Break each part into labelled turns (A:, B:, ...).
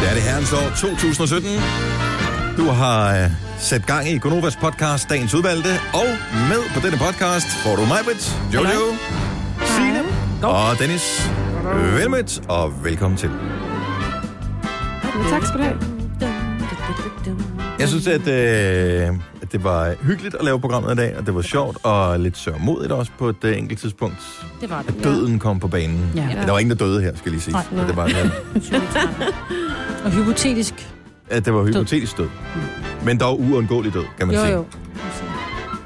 A: Det er det herrens år 2017. Du har øh, sat gang i Gonovas podcast, Dagens Udvalgte, og med på denne podcast får du mig, Britt, Jojo, Signe og Dennis. Velmødt og velkommen til.
B: Men tak skal du have.
A: Jeg synes, at, øh, at det var hyggeligt at lave programmet i dag, og det var sjovt og lidt sørmodigt også på et øh, enkelt tidspunkt,
C: Det var
A: at døden kom på banen.
C: Ja.
A: Men Der var ingen, der døde her, skal jeg lige sige.
C: Nej,
A: Men det var, øh, at,
C: Og hypotetisk.
A: at det var hypotetisk død. Men dog uundgåelig død, kan man
C: Jo,
A: sige.
C: jo.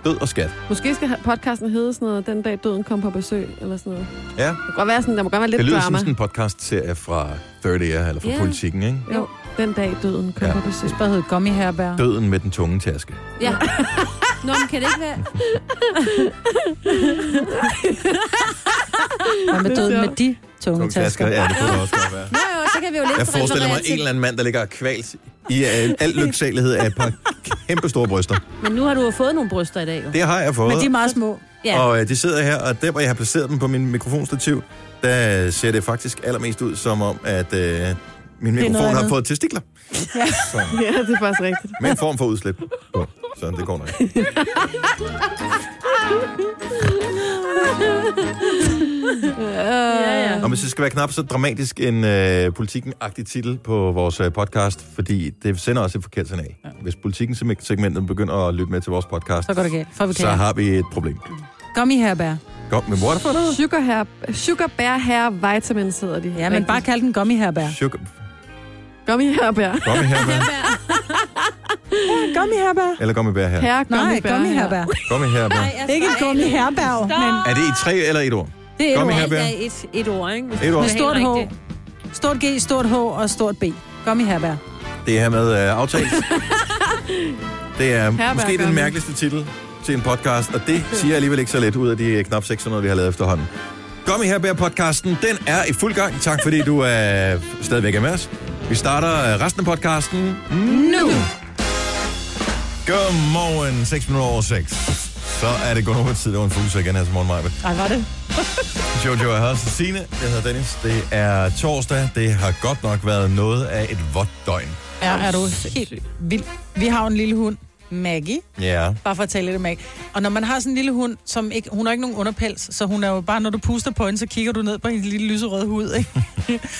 A: Død og skat.
B: Måske skal ha- podcasten hedde sådan noget, den dag døden kom på besøg, eller sådan noget.
A: Ja.
B: Det kan godt være sådan, der må godt være lidt
A: Det lyder
B: drama.
A: som sådan en podcast-serie fra 30 Year, eller fra
C: Ja.
A: yeah. politikken, ikke?
B: Jo, den dag døden kom
A: Ja.
B: ja. på besøg.
C: Det bare hed Gummy Herbær.
A: Døden med den tunge taske.
C: Ja. Nå, men kan det ikke være... Hvad med døden med de tunge
A: Tunge
C: tasker?
A: tasker,
C: Jo,
A: ja, det kunne det også godt være.
C: jo, så kan vi jo lidt
A: Jeg forestiller mig
C: referere
A: en eller anden mand, der ligger og kvalt i øh, al lyksalighed af et par kæmpe store bryster.
D: Men nu har du jo fået nogle bryster i dag, jo.
A: Det har jeg fået.
C: Men de er meget små.
D: Ja.
A: Og øh, de sidder her, og der, hvor jeg har placeret dem på min mikrofonstativ, der ser det faktisk allermest ud som om, at øh, min mikrofon har
C: andet.
A: fået testikler. Ja. Så,
B: Ja, det er faktisk rigtigt.
A: med en form for udslip. på. Så det går nok.
D: Ja,
C: Øh,
D: ja.
A: Nå, men det skal være knap så dramatisk en øh, politikken-agtig titel på vores øh, podcast, fordi det sender også et forkert signal. Ja. Hvis politikken-segmentet begynder at lytte med til vores podcast,
C: Så går det galt. For vi
A: så
C: kan.
A: har vi et problem.
C: Gummy Herbær.
A: Kom, men what for noget?
B: Sugar, her, sugar Bear Hair Vitamins hedder de.
C: Ja, men bare kald den Gummy Herbær.
A: Sugar.
B: Gummy Hair Bear.
A: Gummy her, med.
C: Gummy Herbær.
A: Eller gummi bær her.
B: Herre
C: Nej,
B: Gummy Bear
C: Gummy
B: Hair.
C: Herbær.
A: Gummi her, med.
C: Ikke Gummy Herbær, men
A: Er det i tre eller et ord?
C: det er et
A: Gummy
C: ord.
A: her,
D: Alt
A: bær.
D: er et, et ord, ikke? Hvis
A: Et ord.
C: Med
D: det er
C: stort H,
D: helt rigtigt.
C: stort G, stort H og stort B. Gummy Herbær.
A: Det er hermed øh, aftalt. det er
B: Herbær
A: måske den
B: Gummi.
A: mærkeligste titel til en podcast, og det siger jeg alligevel ikke så let ud af de øh, knap 600, vi har lavet efterhånden. Kom i her, podcasten Den er i fuld gang. Tak fordi du øh, stadigvæk er med os. Vi starter øh, resten af podcasten nu. Godmorgen, 6 minutter over 6. Så er det gået over tid. Det var en fuldse igen her til morgen, Maja.
C: Ej, var det?
A: Jojo er her, Signe. Jeg hedder Dennis. Det er torsdag. Det har godt nok været noget af et vådt døgn.
C: Ja, er du helt vild. Vi har jo en lille hund, Maggie.
A: Ja.
C: Bare for at tale lidt om Maggie. Og når man har sådan en lille hund, som ikke, hun har ikke nogen underpels, så hun er jo bare, når du puster på hende, så kigger du ned på hendes lille lyserøde hud, ikke?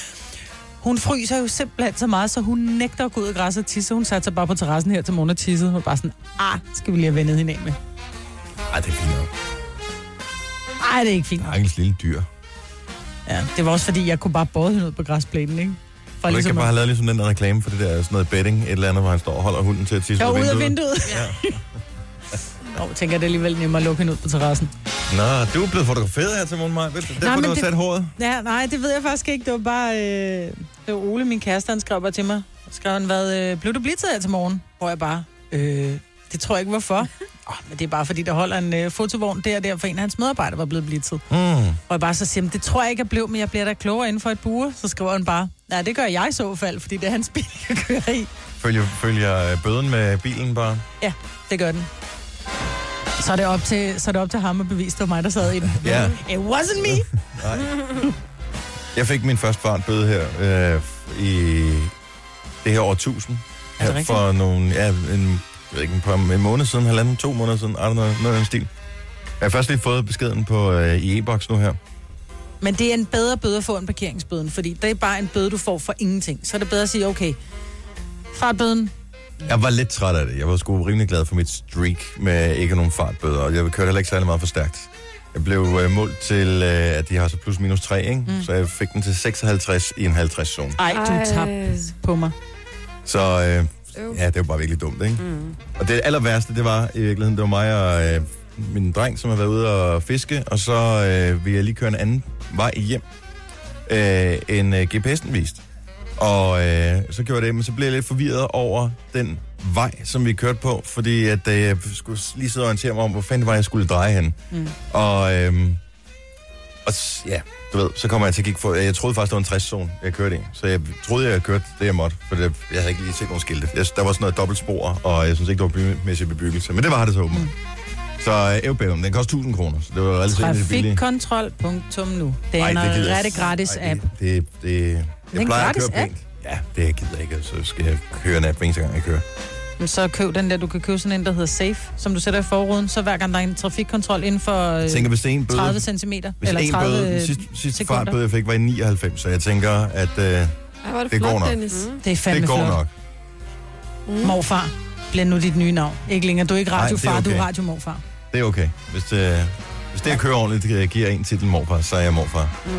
C: Hun fryser jo simpelthen så meget, så hun nægter at gå ud i græsset og tisse. Hun satte sig bare på terrassen her til morgen og tissede. Hun var bare sådan, ah, skal vi lige have vendet hende af med.
A: Ej, det er fint nok.
C: Ej, det er ikke fint.
A: Ankels lille dyr.
C: Ja, det var også fordi, jeg kunne bare både hende ud på græsplænen, ikke? For
A: Og du ikke
C: ligesom
A: bare
C: at...
A: have lavet ligesom den der reklame for det der sådan noget betting, et eller andet, hvor han står og holder hunden til at tisse
C: Jeg
A: ud
C: var
A: af
C: ude af
A: vinduet.
C: vinduet.
A: Ja.
C: Nå, tænker jeg, det er alligevel nemmere at lukke hende ud på terrassen.
A: Nå, du er blevet fotograferet her til morgen, Maja. Derfor
C: men
A: du har
C: det-
A: sat håret.
C: Ja, nej, det ved jeg faktisk ikke. Det var bare øh, det var Ole, min kæreste, han skrev bare til mig. Skrev han, hvad, øh, blev du blitzet her til morgen? Hvor jeg bare, øh, det tror jeg ikke, hvorfor. Oh, men det er bare fordi, der holder en øh, fotovogn der og der, for en af hans medarbejdere var blevet blitzet.
A: Mm.
C: Og jeg bare så siger, "Men det tror jeg ikke, jeg blev, men jeg bliver da klogere inden for et bue. Så skriver han bare, nej, det gør jeg i så fald, fordi det er hans bil, jeg kører i.
A: Følger, følger øh, bøden med bilen bare.
C: Ja, det gør den. Så er det op til, så er det op til ham at bevise, det var mig, der sad i den.
A: Ja.
C: It wasn't me.
A: Nej. Jeg fik min første fartbøde her øh, i det her år 1000.
C: Er det
A: Her
C: rigtigt?
A: for nogle, ja, en, jeg ved ikke, en, par, en måned siden, halvanden, to måneder siden, I don't know, noget i den stil. Jeg har først lige fået beskeden på øh, i e-boks nu her.
C: Men det er en bedre bøde at få end parkeringsbøden, fordi det er bare en bøde, du får for ingenting. Så er det bedre at sige, okay, fartbøden,
A: Jeg var lidt træt af det. Jeg var sgu rimelig glad for mit streak med ikke nogen fartbøder, og jeg kørte heller ikke særlig meget for stærkt. Jeg blev øh, målt til, øh, at de har så plus minus 3, ikke? Mm. så jeg fik den til 56 i en 50 zone.
C: ej, du
B: Ej.
C: tabte på mig.
A: Så øh,
B: Øv.
A: ja, det var bare virkelig dumt, ikke? Mm. Og det aller værste, det var i virkeligheden, det var mig og øh, min dreng, som har været ude og fiske, og så øh, ville jeg lige køre en anden vej hjem, øh, end øh, GPS'en viste. Og øh, så gjorde jeg det, men så blev jeg lidt forvirret over den vej, som vi kørte på, fordi at, øh, jeg skulle lige sidde og orientere mig om, hvor fanden det var, jeg skulle dreje hen. Mm. Og, øh, og s- ja, du ved, så kommer jeg til at kigge for... Jeg troede faktisk, det var en 60-zone, jeg kørte i. Så jeg troede, jeg kørte det, jeg måtte. For det, jeg havde ikke lige set nogen skilte. Jeg, der var sådan noget dobbeltspor, og jeg synes ikke, det var bymæssig bebyggelse. Men det var det så åbenbart. Mm. Så øh, Evbellum, den koster 1000 kroner, så det var relativt egentlig billigt.
C: Trafikkontrol.nu. Det er
A: Ej,
C: en
A: det gider jeg-
C: rigtig gratis
A: Ej,
C: app.
A: Det, det, det, jeg
C: en
A: plejer at
C: gratis
A: køre
C: app?
A: pænt. ja, det gider jeg ikke, og så skal jeg køre en app hver eneste gang, jeg kører.
C: Men så køb den der, du kan købe sådan en, der hedder Safe, som du sætter i forruden, så hver gang der er en trafikkontrol inden for øh,
A: Jeg tænker, hvis det er en bøde,
C: 30 cm,
A: hvis
C: eller
A: en
C: 30
A: bøde,
C: øh,
A: den sidste, sidste
C: sekunder.
A: fartbøde, jeg fik, var i 99, så jeg tænker, at øh, det,
B: Ej, var det,
A: Det
B: flot,
A: går nok.
B: Dennis.
C: Det er fandme
A: det går
C: flot.
A: nok.
B: Mm.
C: Morfar, bliver nu dit nye navn. Ikke længere, du er ikke
A: Nej, det er
C: radiofar, Nej, okay. du
A: okay.
C: er radiomorfar.
A: Det er okay. Hvis det, hvis det jeg kører ordentligt, det giver en titel morfar, så er jeg morfar.
D: Mm.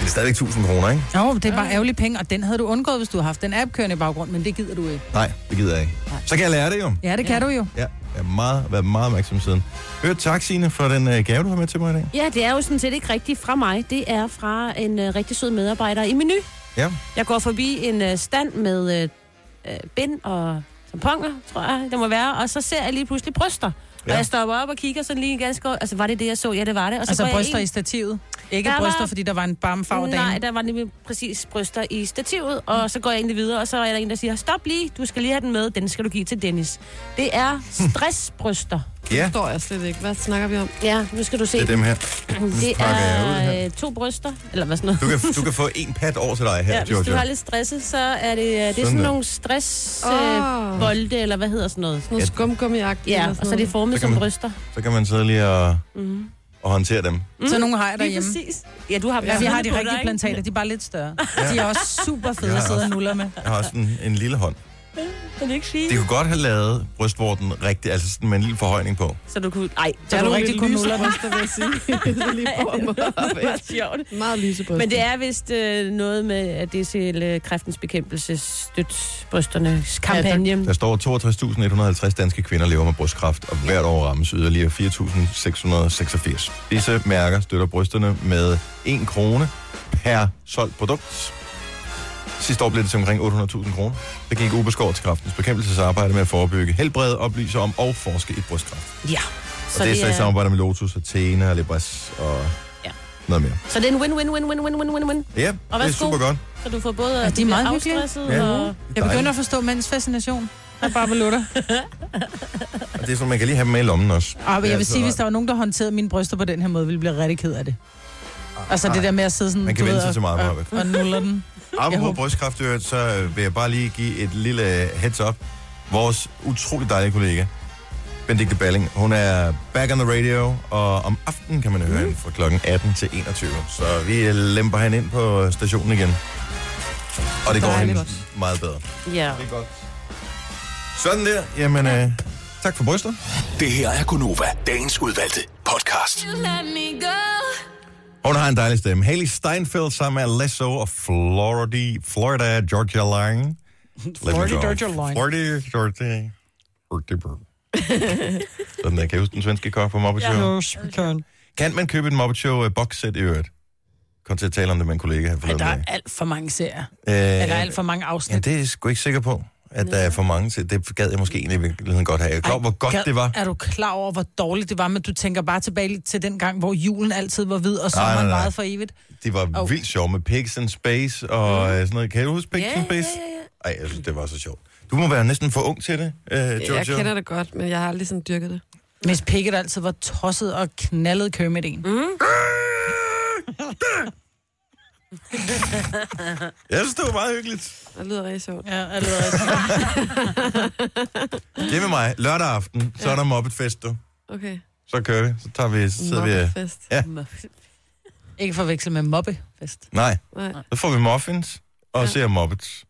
A: Det er stadigvæk 1000 kroner, ikke?
C: Jo, det er bare ærgerlige penge, og den havde du undgået, hvis du havde haft den app kørende i baggrund, men det gider du ikke.
A: Nej, det gider jeg ikke.
C: Nej.
A: Så kan jeg lære det jo.
C: Ja, det kan
D: Ja.
C: du jo.
A: Ja, jeg har meget, været meget opmærksom siden. Hør, tak Signe for den øh, gave, du har med til mig i dag.
D: Ja, det er jo sådan set ikke rigtigt fra mig. Det er fra en øh, rigtig sød medarbejder i menu.
A: Ja.
D: Jeg går forbi en øh, stand med øh, øh, bind og tamponer, tror jeg, det må være. Og så ser jeg lige pludselig bryster. Ja.
A: Ja.
D: Og jeg stopper op og kigger sådan lige ganske godt. Altså, var det det, jeg så? Ja, det var det. Og så
C: Altså
D: går jeg
C: bryster
D: ind-
C: i stativet. Ikke
D: Der var-
C: bryster, fordi der var en barmfarve
D: Nej,
C: dame.
D: der var nemlig præcis bryster i stativet, og så går jeg egentlig videre, og så er der en, der siger, stop lige, du skal lige have den med, den skal du give til Dennis. Det er stressbryster.
B: Det
A: Ja,
B: forstår jeg slet ikke. Hvad snakker vi om?
D: Ja, nu skal du se.
A: det er dem her.
D: det
A: pakker jeg ud
D: er
A: her.
D: øh, to bryster, eller hvad sådan noget.
A: Du kan, du kan få en pat over til dig her,
D: Ja,
A: ja,
D: hvis du har
A: Jojo.
D: lidt stresset, så er det, øh, det er sådan,
A: Sådan der.
D: nogle stress
B: Åh,
D: øh,
B: oh,
D: bolde, eller hvad hedder sådan noget.
B: noget
A: Ja.
B: skumgummi-agtigt.
D: Ja,
B: eller sådan
D: og så er det
B: noget.
D: formet
A: Så kan
D: som
A: man-
D: bryster.
A: Så kan man sidde lige og,
D: Mm.
A: og håndtere dem.
C: Så nogle har jeg
D: Lige
C: derhjemme.
D: præcis. Ja, du har
C: Ja, vi har
D: på
C: de
D: dig,
C: rigtige
D: ikke?
C: plantater, de er bare lidt større.
A: Ja.
C: De er også super fede
A: Ja.
C: at sidde og nuller med.
A: Jeg har også en, en lille hånd.
D: Kan du ikke
A: Det
D: sige?
A: kunne godt have lavet brystvorten rigtigt, altså sådan med en lille forhøjning på.
D: Så du kunne... Ej,
C: Så
B: Der er
C: du
B: nogle
C: rigtig
B: lidt
C: kunne
B: lyse
C: nuller den.
B: bryster, vil jeg sige. Det er lige på mig op
D: det var
B: ad.
D: sjovt.
B: Meget lyse bryster.
D: Men det er vist øh, noget med, at det er til øh, kræftens bekæmpelse støt brysternes kampagne.
A: Der står 62.150 danske kvinder lever med brystkræft, og hvert år rammes yderligere 4.686. Disse mærker støtter brysterne med 1 krone per solgt produkt. Sidste år blev det til omkring 800.000 kroner. Det gik ubeskåret til kræftens bekæmpelsesarbejde med at forebygge helbred, oplyse om og forske i brystkræft.
D: Ja.
A: Så og det er så i samarbejde med Lotus og Tena og Lebras og ja.
D: Ja.
A: noget mere.
D: så det er en win-win-win-win-win-win-win.
A: Ja, det er
D: værsgo.
A: super godt.
D: Så du får både
C: Ja,
D: at
C: de er meget hyggelige.
D: afstresset
A: Ja.
D: og...
C: Jeg begynder at forstå mænds fascination af barbelutter.
A: Og det er sådan, man kan lige have dem med i lommen også.
C: Og
A: Ja,
C: jeg vil
A: så-
C: sige, hvis der var nogen, der håndterede mine bryster på den her måde, ville jeg blive rigtig ked af det. Altså det der med at sidde sådan,
A: Ah, Man kan
C: du ved,
A: vente sig til meget,
C: og,
A: Maja.
C: og nuller den. Jeg
A: Apropos
C: håber-
A: brystkræft, i øvrigt, så øh, vil jeg bare lige give et lille øh, heads up. Vores utrolig dejlige kollega, Benedikte Balling, hun er back on the radio, og om aftenen kan man høre hende fra klokken 18 til 21. Så vi øh, lemper hende ind på øh, stationen igen. Og det går
C: Dejligt.
A: hende meget bedre.
D: Ja.
A: Det er godt. Sådan der. Jamen, øh, tak for brystet.
E: Det her er Gunova, dagens udvalgte podcast.
A: Hun har en dejlig stemme. Haley Steinfeld sammen med Alesso og Florida, Florida Georgia Line.
C: Florida Georgia Line.
A: Florida Georgia Georgia. Sådan der. Kan I huske den svenske kok på Muppet Show? Kan man købe et Muppet Show uh, box set i øvrigt? Kom til at tale om det med en kollega her
C: Ej,
A: forleden.
C: der er
A: dag.
C: alt for mange serier.
A: Øh,
C: Ja, der er alt for mange
A: ja,
C: afsnit.
A: det er jeg sgu ikke sikker på, at der er for mange til. Det gad jeg måske egentlig i virkeligheden godt have. Jeg er klar, over, hvor godt
C: Gad-
A: det var.
C: Er du klar over, hvor dårligt det var, men du tænker bare tilbage til den gang, hvor julen altid var hvid, og sommeren
A: nej.
C: varede for evigt.
A: De var oh.
C: Åh.
A: vildt sjove med Pigs in Space og mm. sådan noget. Kan du huske Pigs
D: Ja,
A: in Space?
D: ja, ja,
A: Ej, jeg synes, det var så sjovt. Du må være næsten for ung til det, øh, Jojo.
B: Jeg kender det godt, men jeg har aldrig sådan dyrket det.
C: Miss Pickett altid var tosset og knaldet Kermit en. Mm.
A: Jeg synes, det var meget hyggeligt.
B: Det lyder rigtig sjovt.
C: Ja, allerede.
A: Det er med mig. Lørdag aften, så er der Muppet-fest, du.
B: Okay.
A: Så kører vi. Så tager vi, så sidder vi... øh,
B: Fest.
C: Ikke forvekslet med mobbefest.
A: Nej,
B: Nej.
A: så får vi muffins og ja.
B: Ja.
A: ser Muppets.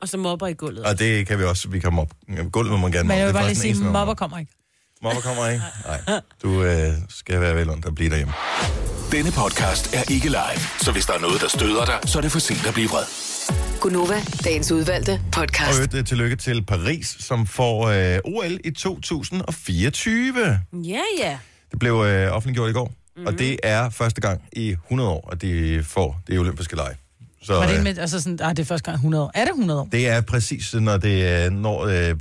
D: Og så mobber i gulvet.
A: Og det kan vi også. Vi kan mobbe. Gulvet må man gerne
C: Men
A: mobbe.
C: jeg vil
A: Det er
C: bare lige
A: faktisk den eneste,
C: sige,
A: man må
C: mobber
A: mobbe.
C: kommer ikke.
A: Mobber kommer ikke? Nej. Du øh, skal være vel og blive derhjemme.
E: Denne podcast er ikke live, så hvis der er noget, der støder dig, så er det for sent at blive vred.
F: Gunova, dagens udvalgte
A: Og i
F: podcast.
A: øvrigt øh, tillykke til Paris, som får øh, OL i 2024.
D: Ja, ja.
A: Det blev øh, offentliggjort i går, mm-hmm.
C: Mhm.
A: og det er første gang i 100 år, at de får det olympiske lege. Så
C: Var det
A: øh,
C: med, altså sådan, ah, det er første gang i 100 år. Er det 100 år?
A: det er præcis, når det øh, når øh,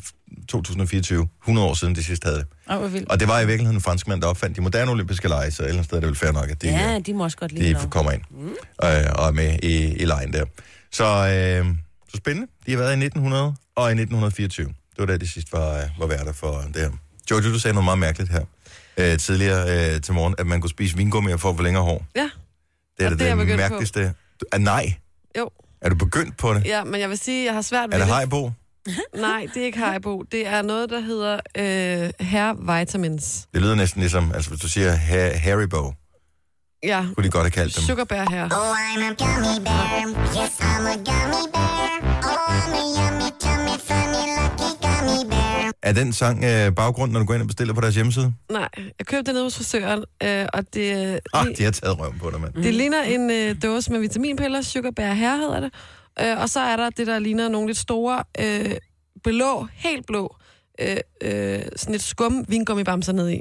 A: 2024, 100 år siden de sidste havde det.
C: Åh, hvor vildt.
A: Og det var i virkeligheden en franskmand, der opfandt de moderne olympiske lege, så et eller andet sted er det vel fair nok, at de,
D: Ja,
A: øh,
D: Ah, de må også godt lide
A: de
D: noget.
A: kommer ind
B: Mm.
A: øh, og er med i, i lejen der. Så, øh, så spændende. De har været i 1900 og i 1924. Det var da de sidst var, øh, var værter for det her. Jojo, du sagde noget meget mærkeligt her øh, tidligere øh, til morgen, at man kunne spise vingummi og få for længere hår.
B: Ja,
A: Det er
B: Og
A: det,
B: det er jeg
A: det, det
B: begyndt på.
A: mærkeligste. Du- Ah, nej.
B: jo.
A: Er du begyndt på det?
B: Ja, men jeg vil sige, at jeg har svært
A: Er
B: ved
A: det
B: det.
A: hajbo?
B: Nej, det er ikke Haribo. Det er noget, der hedder øh, Hair Vitamins.
A: Det lyder næsten ligesom, altså hvis du siger ha- Haribo,
B: Ja,
A: kunne de godt have kaldt dem.
B: sukkerbær her.
G: Oh, I'm a gummy bear. Yes, I'm a gummy bear. Oh, I'm a yummy, tummy, funny, lucky gummy bear.
A: Er den sang øh, baggrund, når du går ind og bestiller på deres hjemmeside?
B: Nej, jeg købte det nede hos frisøren, øh, og det,
A: Ah,
B: det, Mm,
A: de har taget røven på dig, mand.
B: det ligner en øh, dåse med vitaminpiller, sukkerbær her hedder det. Øh, og så er der det, der ligner nogle lidt store, øh, blå, helt blå, øh, øh, sådan et skum vingummibamser ned i.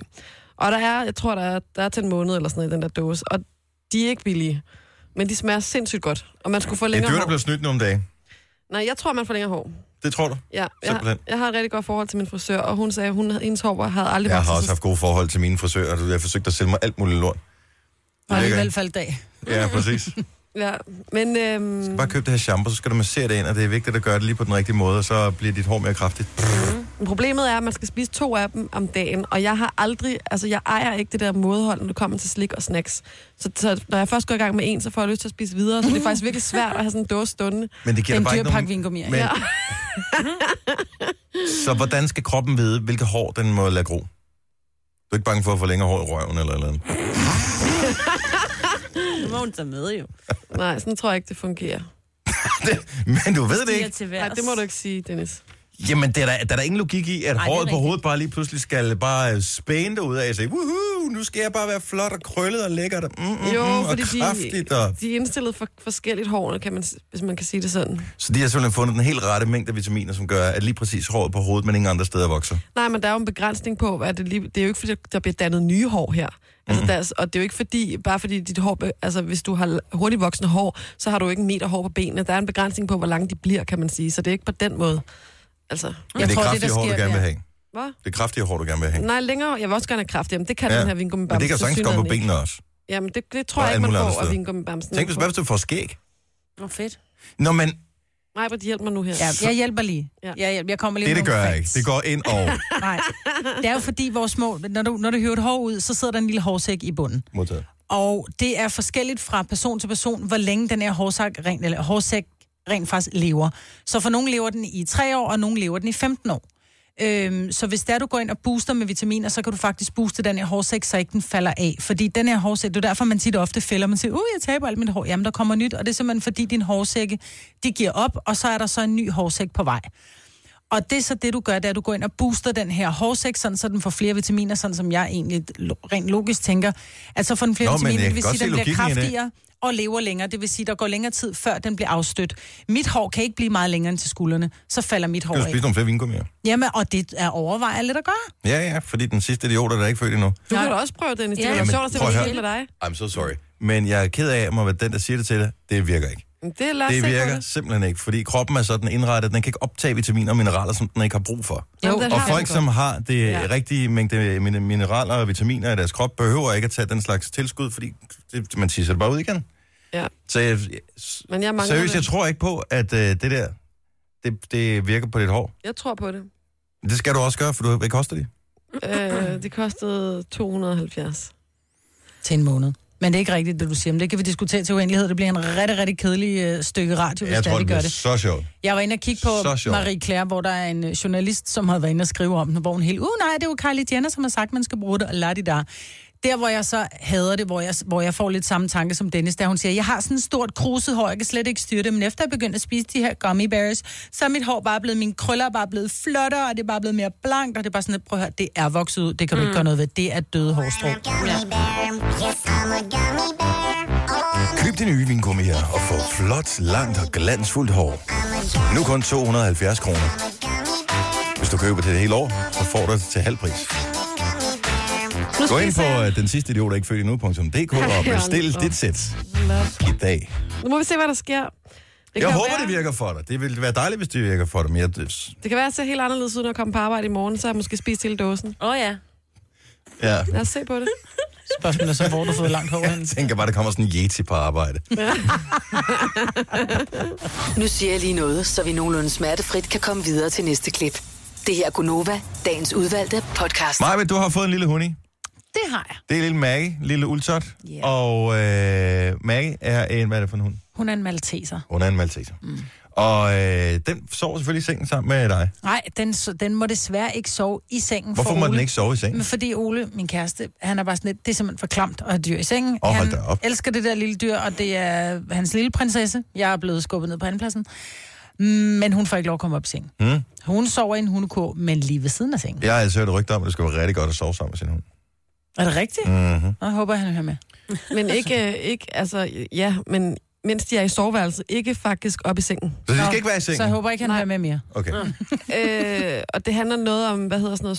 B: Og der er, jeg tror, der er, der er til en måned eller sådan noget i den der dåse, og de er ikke billige. Men de smager sindssygt godt, og man skulle få
A: Det er
B: længere
A: dyrt at
B: hår.
A: blive snydt nogle dage.
B: Nej, jeg tror, man får længere hår.
A: Det tror du?
B: Ja,
A: Simpelthen.
B: jeg, jeg har et rigtig godt forhold til min frisør, og hun sagde, at hun, hendes hår var- havde aldrig
A: Jeg
B: vokset
A: har
B: så
A: også haft gode forhold til mine frisører, og du har forsøgt at sælge mig alt muligt lort.
C: Og
A: virker
C: alligevel
A: ikke.
C: faldt af.
A: Ja, præcis.
B: Ja, men øhm,
A: Bare køb det her shampoo, så skal du massere det ind, og det er vigtigt at gøre det lige på den rigtige måde, og så bliver dit hår mere kraftigt.
B: problemet er, at man skal spise to af dem om dagen, og jeg har aldrig, altså jeg ejer ikke det der modhold, når det kommer til slik og snacks. Så, så når jeg først går i gang med en, så får jeg lyst til at spise videre, så det er faktisk virkelig svært at have sådan en dåse stående.
A: Men det giver
C: En
A: dig bare
C: dyr
A: ikke
C: pakke vingummier,
A: Men... så hvordan skal kroppen vide, hvilke hår den må lade gro? Du er ikke bange for at få længere hår i røven eller eller andet?
D: Det må hun tage med jo.
B: Nej, sådan tror jeg ikke, det fungerer.
A: Men du ved det
D: Stiger
A: ikke.
D: til
B: Nej,
D: værs.
B: det må du ikke sige, Dennis.
A: Mm-hmm. Jamen, der er, der, der er der ingen logik i, at
D: Ej,
A: Ej,
D: det er
A: håret på
D: rigtigt.
A: hovedet bare lige pludselig skal bare øh, spæne dig ud af og sige, woohoo, nu skal jeg bare være flot og krøllet og lækkert og, mm, mm,
B: Jo,
A: mm, og
B: fordi de-
A: kraftigt. Og...
B: De er indstillet for forskelligt hår, kan man, s- hvis man kan sige det sådan.
A: Så de har simpelthen fundet den helt rette mængde vitaminer, som gør, at lige præcis håret på hovedet, men ingen andre steder vokser.
B: Nej, men der er jo en begrænsning på, at det, lige, det er jo ikke, fordi der bliver dannet nye hår her. Altså,
A: Mhm.
B: mm. der, og det er jo ikke fordi, bare fordi dit hår, be- altså hvis du har l- hurtigt voksende hår, så har du jo ikke en meter hår på benene. Der er en begrænsning på, hvor lange de bliver, kan man sige. Så det er ikke på den måde. Altså,
A: Men det er
C: tror, det,
A: kraftige
C: der
A: hår, du
C: sker,
A: gerne vil
C: ja.
A: have.
B: hvad?
A: Det er kraftige hår, du gerne vil have.
B: Nej, længere. Jeg vil også gerne have kraft. Jamen, det kan
A: Ja.
B: ja. den her vingummibamse.
A: Men det kan jo sagtens komme på
B: tilsyneladende ikke.
A: benene også.
B: Jamen, det, det tror
A: Og
B: jeg
A: alle
B: ikke, man
A: mulige andre
B: får af
A: steder.
B: vingummibamsen.
A: Tænk, hvis, hvad hvis du får skæg?
D: Nå, fedt.
A: Nå, men
B: Nej, hvor de hjælper mig nu her.
C: Ja, jeg hjælper lige.
B: Ja.
C: Jeg, hjælper. jeg kommer lige
A: det,
C: med
A: det
C: nogle
A: gør jeg ikke.
C: facts.
A: Det går ind over.
C: Nej. Det er jo fordi vores små... Når du, når du hiver et hår ud, så sidder der en lille hårsæk i bunden.
A: Modtaget.
C: Og det er forskelligt fra person til person, hvor længe den her hårsæk rent, eller hårsæk rent faktisk lever. Så for nogen lever den i 3 år, og nogen lever den i 15 år. Øhm, så hvis der du går ind og booster med vitaminer, så kan du faktisk booste den her hårsæk, så ikke den falder af. Fordi den her hårsæk, det er derfor, man tit ofte fælder, man siger, uh, jeg taber alt mit hår, jamen der kommer nyt, og det er simpelthen fordi din hårsække, de giver op, og så er der så en ny hårsæk på vej. Og det er så det, du gør, det er, at du går ind og booster den her hårsæk, sådan, så den får flere vitaminer, sådan som jeg egentlig lo- rent logisk tænker. At så får den flere
A: Nå, men
C: vitaminer,
A: jeg kan
C: det vil
A: godt
C: sige, at
A: se
C: den bliver
A: logikken i det.
C: kraftigere og lever længere. Det vil sige, at der går længere tid, før den bliver afstødt. Mit hår kan ikke blive meget længere end til skuldrene, så falder mit hår
A: Skal du
C: af.
A: spise nogle flere vingummier?
C: Jamen, og det er overvejer lidt at gøre.
A: Ja, ja, fordi den sidste idiot er der ikke født endnu.
B: Du kan da også prøve, Dennis. Det
D: Ja.
B: var da
D: Jamen,
B: sjovt at se,
A: prøv
B: hvad
A: at
B: der
A: høre.
B: sker med dig.
A: I'm so sorry. Men jeg er ked af, at må være den, der siger det til dig. Det virker ikke.
B: Men Det, lad os
A: Det
B: se på
A: virker simpelthen ikke, fordi kroppen er sådan indrettet, at den kan ikke optage vitaminer og mineraler, som den ikke har brug for.
B: Jamen,
C: Jo,
B: den
A: Og
B: har
A: folk,
B: vi
A: som
B: godt.
A: har det ja.
B: Ja.
A: rigtige mængde min- mineraler og vitaminer i deres krop, behøver ikke at tage den slags tilskud, fordi det, man tisser det bare ud igen.
B: Ja.
A: Så jeg, s-
B: Men jeg mangler
A: seriøst, jeg
B: det.
A: tror ikke på, at øh, det der, det, det virker på dit hår.
B: Jeg tror på det.
A: Det skal du også gøre, for du, hvad koster det?
B: Øh, det kostede 270.
C: Til en måned. Men det er ikke rigtigt, det du siger. Men det kan vi diskutere til uendelighed. Det bliver en rigtig, rigtig kedelig øh, stykke radio, hvis
A: Jeg
C: det
A: tror,
C: er, vi
A: det
C: gør
A: bliver
C: det.
A: så sjovt.
C: Jeg var inde og kigge
A: Så
C: på
A: sjovt.
C: Marie Claire, hvor der er en øh, journalist, som havde været inde og skrive om den, hvor hun helt, uh nej, det er jo Kylie Jenner, som har sagt, man skal bruge det, og lad der. Der, hvor jeg så hader det, hvor jeg, hvor jeg får lidt samme tanke som Dennis, der hun siger, jeg har sådan et stort kruset hår, jeg kan slet ikke styre det, men efter jeg begyndte at spise de her gummy bears, så er mit hår bare blevet, mine krøller er bare blevet flottere, og det er bare blevet mere blankt, og det er bare sådan, lidt, prøv at høre, det er vokset ud, det kan du ikke gøre noget ved, det er døde hårstrå.
G: Gummy bear. Yes, I'm a gummy bear. Oh, I'm
A: Køb din nye vinkummier og få flot, langt og glansfuldt hår.
G: a gummy
A: Nu kun 270 kroner.
G: bear.
A: Hvis du køber til det hele år, så får du det til halv pris.
G: Gummy bear.
A: Gå ind på uh, den sidste idiot, der ikke født endnu.dk og bestil dit sæt i dag.
B: Nu må vi se, hvad der sker. Det
A: Jeg
B: jo
A: håber,
B: være,
A: det virker for dig. Det ville være dejligt, hvis det virker for dig. Men jeg,
B: Det kan være, at jeg ser helt anderledes ud, når jeg kommer på arbejde i morgen, så har jeg måske spist hele dåsen.
D: Åh oh, ja.
A: ja,
B: Lad os se på det.
C: Spørgsmålet er så, hvor har du har fået langt hår hen.
A: jeg tænker bare, der kommer sådan en yeti på arbejde.
F: Nu siger jeg lige noget, så vi nogenlunde smertefrit kan komme videre til næste klip. Det her er Gunova, dagens udvalgte podcast.
A: Maja, du har fået en lille hunni.
C: Det har jeg.
A: Det er lille Maggie, lille Ultot.
C: Ja.
A: Og øh, Maggie er en, hvad er det for en hund?
C: Hun er en malteser.
A: Hun er en malteser. Mm. Og øh, den sover selvfølgelig i sengen sammen med dig.
C: Nej, den, så- den må desværre ikke sove i sengen.
A: Hvorfor
C: for
A: må den
C: Ole.
A: ikke sove i sengen?
C: Men fordi Ole, min kæreste, han er bare sådan lidt, det er simpelthen for klamt at have dyr i sengen.
A: Åh, hold
C: han
A: da op.
C: elsker det der lille dyr, og det er hans lille prinsesse. Jeg er blevet skubbet ned på andenpladsen. Men hun får ikke lov at komme op i sengen.
A: Hmm?
C: Mm. Hun sover i en hundekur, men lige ved siden af sengen. Ja.
A: Jeg har altså hørt rygter om, at det skal være rigtig godt at sove sammen med sin hund.
C: Er det rigtigt? Mm-hmm. Jeg håber, han hører med.
B: Men ikke, øh, ikke, altså, ja, men mens de er i soveværelset, ikke faktisk op i sengen.
A: Så de skal ikke være i
C: Så jeg
A: sengen?
C: håber ikke, han Nej. hører med mere.
A: Okay.
B: øh, og det handler noget om, hvad hedder sådan noget,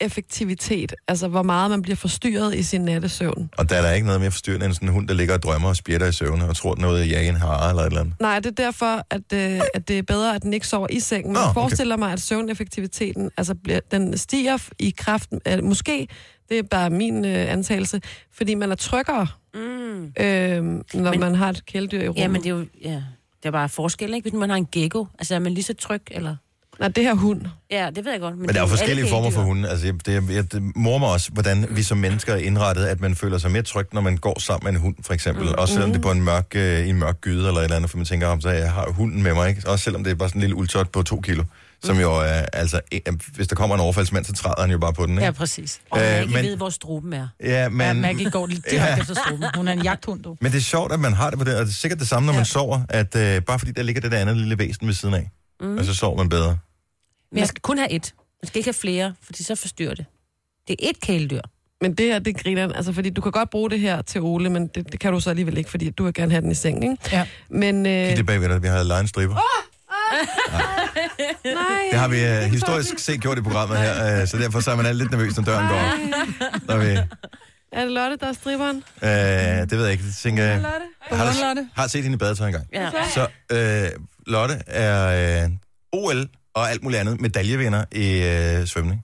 B: søvneffektivitet. Altså, hvor meget man bliver forstyrret i sin nattesøvn.
A: Og der er der ikke noget mere forstyrrende end sådan en hund, der ligger og drømmer og spjætter i søvne og tror, at noget er en hare eller et eller andet.
B: Nej, det er derfor, at, øh, at det er bedre, at den ikke sover i sengen. Men
A: Nå,
B: jeg
A: okay.
B: forestiller mig, at søvneffektiviteten, altså, bliver, den stiger f- i kraft, øh, måske, det er bare min øh, antagelse, fordi man er tryggere,
D: Mm.
B: øh, når
D: Men-
B: men, man har et kæledyr i rummet.
D: Ja, men det er jo... Ja. Det er bare forskel, ikke? Hvis man har en gecko, altså er man lige så tryg, eller...
B: Nej, det her hund.
D: Ja, det ved jeg godt. Men,
A: Men der er jo
D: alle
A: forskellige former for
D: kæledyr.
A: hunde. Altså, jeg- det, jeg, jeg det morer mig også, hvordan vi som mennesker er indrettet, at man føler sig mere tryg, når man går sammen med en hund, for eksempel. Også selvom det er på en mørk, øh, i en mørk gyde eller et eller andet, for man tænker, om så jeg har hunden med mig, ikke? Også selvom det er bare sådan en lille ultot på to kilo, som jo er, altså, eh, hvis der kommer en overfaldsmand, så træder han jo bare på den,
C: Ja,
A: ikke?
C: præcis.
D: Og man
A: Øh,
D: ikke
A: men-
D: men... ved, hvor struben er.
A: Ja,
C: Ja,
A: men,
C: Maggie går lige direkte efter struben. Hun er en jagthund, du.
A: men det er sjovt, at man har det på det, og det er sikkert det samme, når man sover, at øh, bare fordi der ligger det der andet lille væsen ved siden af, og så sover man bedre.
D: Man skal kun have et. Man skal ikke have flere, fordi så forstyrrer det. Det er et kæledyr.
B: Men det her, det griner han. altså fordi du kan godt bruge det her til Ole, men det, det kan du så alligevel ikke, fordi du vil gerne have den i sengen, ikke?
C: Ja.
B: Men, øh,
A: Kig det bagved dig, vi har lejet en striber.
B: nej,
A: Det har vi uh, historisk set gjort i programmet her, uh, så derfor så er man alt lidt nervøs, når døren går op. Når vi,
B: er det Lotte, der er striberen?
A: uh, det ved jeg ikke, det tænker jeg. Har,
C: Godmorgen,
A: der-
C: Lotte.
A: har set hende i badetøj engang.
D: Ja.
A: Så uh, Lotte er uh, OL og alt muligt andet medaljevinder i uh, svømning.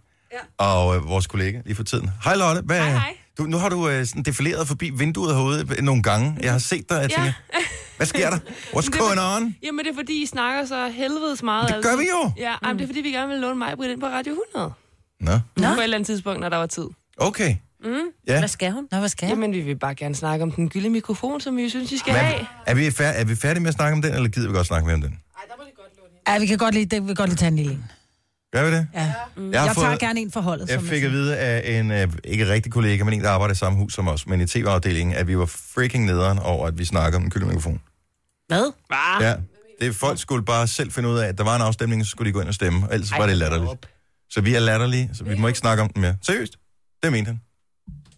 A: Og øh, vores kollega lige for tiden. Hej Lotte, hvad, hej, hej. Du, nu har du øh, sådan defileret forbi vinduet herude nogle gange. Jeg har set dig, og jeg tænker, hvad sker der? What's going on?
H: Jamen, det er fordi, I snakker så helvedes meget.
A: Det gør vi jo.
H: Ja, mm. jamen, det er fordi, vi gerne vil låne mig ind på Radio 100.
A: Nå,
H: På et eller andet tidspunkt, når der var tid.
A: okay. Ja.
D: Hvad skal hun?
C: Nå, hvad skal jeg?
H: Jamen, vi vil bare gerne snakke om den gylde mikrofon, som vi synes, I skal
A: Men,
H: have.
A: er, vi færdige, er vi færdige med at snakke om den, eller gider vi godt snakke mere om den?
C: Ja, vi kan godt lide, det, vi kan godt lide tage en lille en.
A: Gør vi det?
C: Ja.
A: Jeg, har
C: Jeg tager
A: fået,
C: gerne en for holdet.
A: jeg
C: som man
A: fik
C: siger.
A: at vide af en, øh, ikke rigtig kollega, men en, der arbejder i samme hus som os, men i tv-afdelingen, at vi var freaking nederen over, at vi snakkede om en kyllingemikrofonen.
D: Hvad?
A: Ah. Ja. Det, folk skulle bare selv finde ud af, at der var en afstemning, så skulle de gå ind og stemme, og ellers var det latterligt. Så vi er latterlige, så vi må ikke snakke om den mere. Seriøst? Det mente han.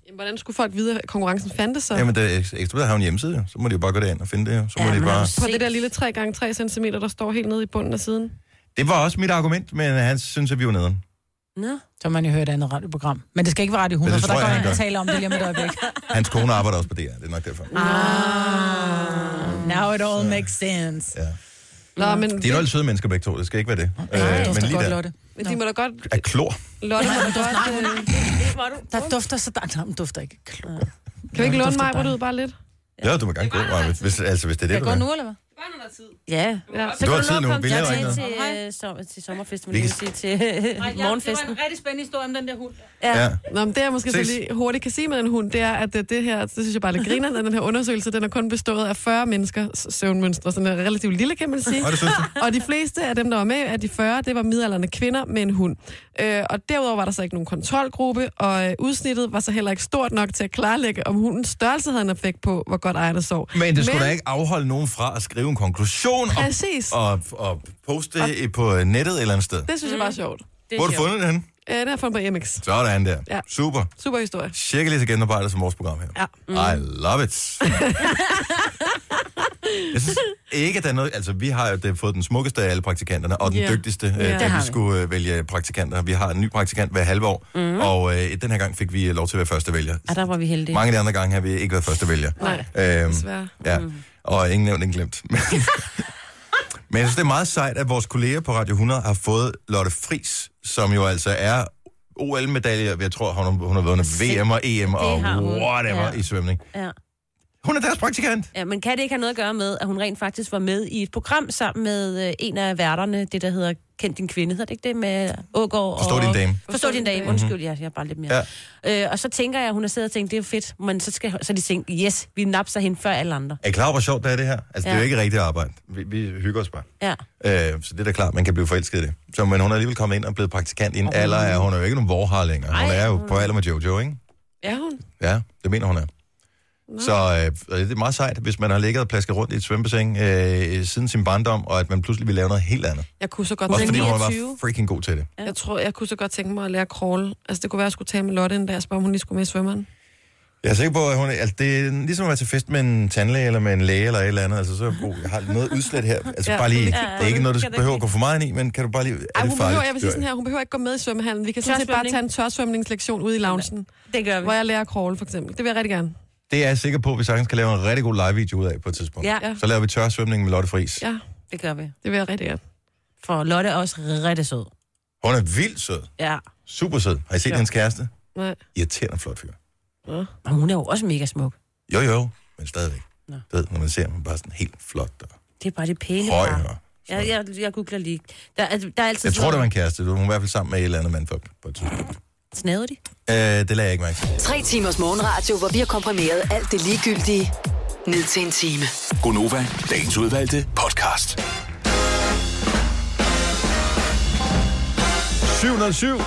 B: Jamen, hvordan skulle folk vide, at konkurrencen fandtes så?
A: Jamen, det er ekstra, der har en hjemmeside, jo. så må de jo bare gå derind og finde det. jo. Så må
D: Ja,
A: de
D: men
A: bare...
D: altså-
B: På det der lille 3x3 cm, der står helt nede i bunden af siden.
A: Det var også mit argument, men han synes, at vi var nederen.
D: Nå.
C: Så har man jo hørt et andet radioprogram. Men det skal ikke være Radio
A: Men
C: 100,
A: det
C: for der
A: tror jeg, han
C: kommer han og
A: gør.
C: taler om det lige om et øjeblik.
A: Hans kone arbejder også på DR, det er nok derfor.
C: Mm. Now it all makes sense.
A: Ja.
B: Nå, men,
A: De er jo lidt søde mennesker begge to, det skal ikke være det. Øh,
C: Det
A: men
C: dufter
A: lige
C: godt,
A: der.
C: Lotte.
B: men de må da godt...
A: Er klor.
B: Lotte må da godt... Øh,
C: Der dufter så... Der, nej, den dufter ikke. Klog.
B: kan vi ikke
C: Nå,
B: låne
C: dufter
B: mig
C: dejligt.
B: ud bare lidt?
A: Ja, du må gerne gå, Maja, hvis- hvis, altså, hvis det er det,
C: Jeg
A: du
C: går
A: vil.
C: nu, eller hvad?
D: Ja.
B: Ja.
A: Du har tid nu, vi
D: Jeg
A: laver ikke
D: tager
A: noget.
D: til,
C: Hej.
D: øh, som, til sommerfesten,
A: Vi
D: vil jeg
A: kan-
D: sige, til øh, morgenfesten.
C: rigtig spændende historie om den der hund.
A: Ja.
B: Nå, men det jeg måske så
A: Ses.
B: lige hurtigt kan sige med den hund, det er, at øh, det, det her, det synes jeg bare er lidt griner, at den her undersøgelse, den er kun bestået af 40 menneskers søvnmønstre, så den er relativt lille, kan man sige.
A: Og det synes du?
B: Og de fleste af dem, der var med af de 40, det var midalderne kvinder med en hund. Øh, og derudover var der så ikke nogen kontrolgruppe, og øh, udsnittet var så heller ikke stort nok til at klarlægge, om hundens størrelse havde en effekt på, hvor godt ejerne sov.
A: Men det skulle da ikke afholde nogen fra at skrive en konklusion og,
B: Præcis.
A: og, og poste det på øh, nettet et eller andet sted.
B: Det synes jeg bare er sjovt.
A: Hvor har du fundet den?
B: Øh, det har jeg fundet på MX.
A: Sådan der.
B: Ja.
A: Super.
B: Super historie.
A: Cirka lige så genarbejdet som vores program her.
B: Ja.
A: Mm. I love it. jeg synes ikke, at der er noget... Altså, vi har jo det, fået den smukkeste af alle praktikanterne, og den
B: Ja.
A: yeah. dygtigste,
B: Ja.
A: yeah.
B: Det
A: da
B: har
A: vi
B: vi.
A: skulle øh, vælge praktikanter. Vi har en ny praktikant hver halve år, mm. og øh, den her gang fik vi øh, lov til at være første vælger.
D: Ja, Ah, der var vi heldige.
A: Mange af de andre gange har vi ikke været første vælger.
B: Nej,
A: øhm,
B: desværre.
A: Ja,
D: Mm.
A: og ingen nævnt, ingen glemt. Men, men jeg synes, det er meget sejt, at vores kolleger på Radio 100 har fået Lotte Fris, som jo altså er OL-medalje, jeg tror, hun, hun har vundet VM og EM og
D: har hun,
A: whatever
D: ja.
A: i svømning.
D: Ja.
A: Hun er deres praktikant.
D: Ja, men kan det ikke have noget at gøre med, at hun rent faktisk var med i et program sammen med øh, en af værterne, det der hedder Kend din kvinde, hedder det ikke det, med Ågaard
A: Forstå
D: og...
A: din dame.
D: Forstå din dame, undskyld, ja, jeg er bare lidt mere. Ja. Øh, og så tænker jeg, at hun har siddet og tænkt, det er fedt, men så, skal, så har de tænkt, yes, vi napser hende før alle andre.
A: Er I klar over, hvor sjovt det er det her? Altså, ja. det er jo
D: Ja.
A: ikke rigtigt arbejde. Vi, vi hygger os bare.
D: Ja.
A: Øh, så det er da klart, man kan blive forelsket i det. Så, men hun er alligevel kommet ind og blevet praktikant i en alder af, hun er jo ikke nogen vorhar længere. Hun
D: Ej,
A: er jo på alder med Jojo, ikke?
B: Er hun?
A: Ja, det mener hun er. Så øh, og det er meget sejt, hvis man har ligget og plasket rundt i et svømmebassin øh, siden sin barndom, og at man pludselig vil lave noget helt andet.
B: Jeg kunne så godt
A: Også fordi
B: tænke
A: hun
B: mig,
A: var
D: 29.
A: freaking god til det.
B: jeg, tror, jeg kunne så godt tænke mig at lære at crawl. Altså, det kunne være, at jeg skulle tale med Lotte en dag og spørge, om hun lige skulle med i svømmeren.
A: Jeg er sikker på, at hun, altså, det er ligesom at være til fest med en tandlæge eller med en læge eller et eller andet. Altså, så oh, jeg har noget udslæt her. Altså,
B: Ja,
A: bare lige,
B: lige
A: det
B: kig på
A: er
B: det.
A: ikke noget, du
D: Kan du
A: behøver at
D: ikke-
A: gå for meget ind i, men kan du bare lige... Er
B: Ej,
A: det
B: hun behøver,
A: farligt?
B: jeg vil sige sådan her, hun behøver ikke gå med i svømmehallen. Vi kan sådan set bare
D: Tørsvømning.
B: tage en tørsvømningslektion ude i loungen,
D: Det gør vi.
B: hvor jeg lærer at crawl, for eksempel. Det vil jeg rigtig gerne.
A: Det er jeg sikker på, at vi sagtens kan lave en rigtig god live-video ud af på et tidspunkt.
D: Ja,
A: Så laver vi tørsvømning med Lotte Friis.
B: Ja,
D: det gør vi.
B: det vil jeg rigtig gerne.
D: For Lotte er også rigtig sød.
A: Hun er vildt sød.
D: Ja.
A: Super sød. Har I set ja. hendes kæreste?
B: Nej.
A: Irriterende flot fyr.
D: Og hun er jo også mega smuk.
A: Jo, jo, men stadigvæk.
D: Nå.
A: Du ved, når man ser ham bare sådan helt flot og
D: Det er bare det pæne
A: høj.
D: par.
A: Og...
D: Jeg, jeg, jeg googler lige. Der, er- der er altid
A: Jeg tror, det
D: sådan-
A: var en kæreste. Hun var i hvert fald sammen med et eller andet mandfolk på et tidspunkt.
D: Snavede de?
A: Øh, det lader jeg ikke mærke til.
F: Tre timers morgenradio, hvor vi har komprimeret alt det ligegyldige ned til en time.
E: Gonova, dagens udvalgte podcast.
A: 707.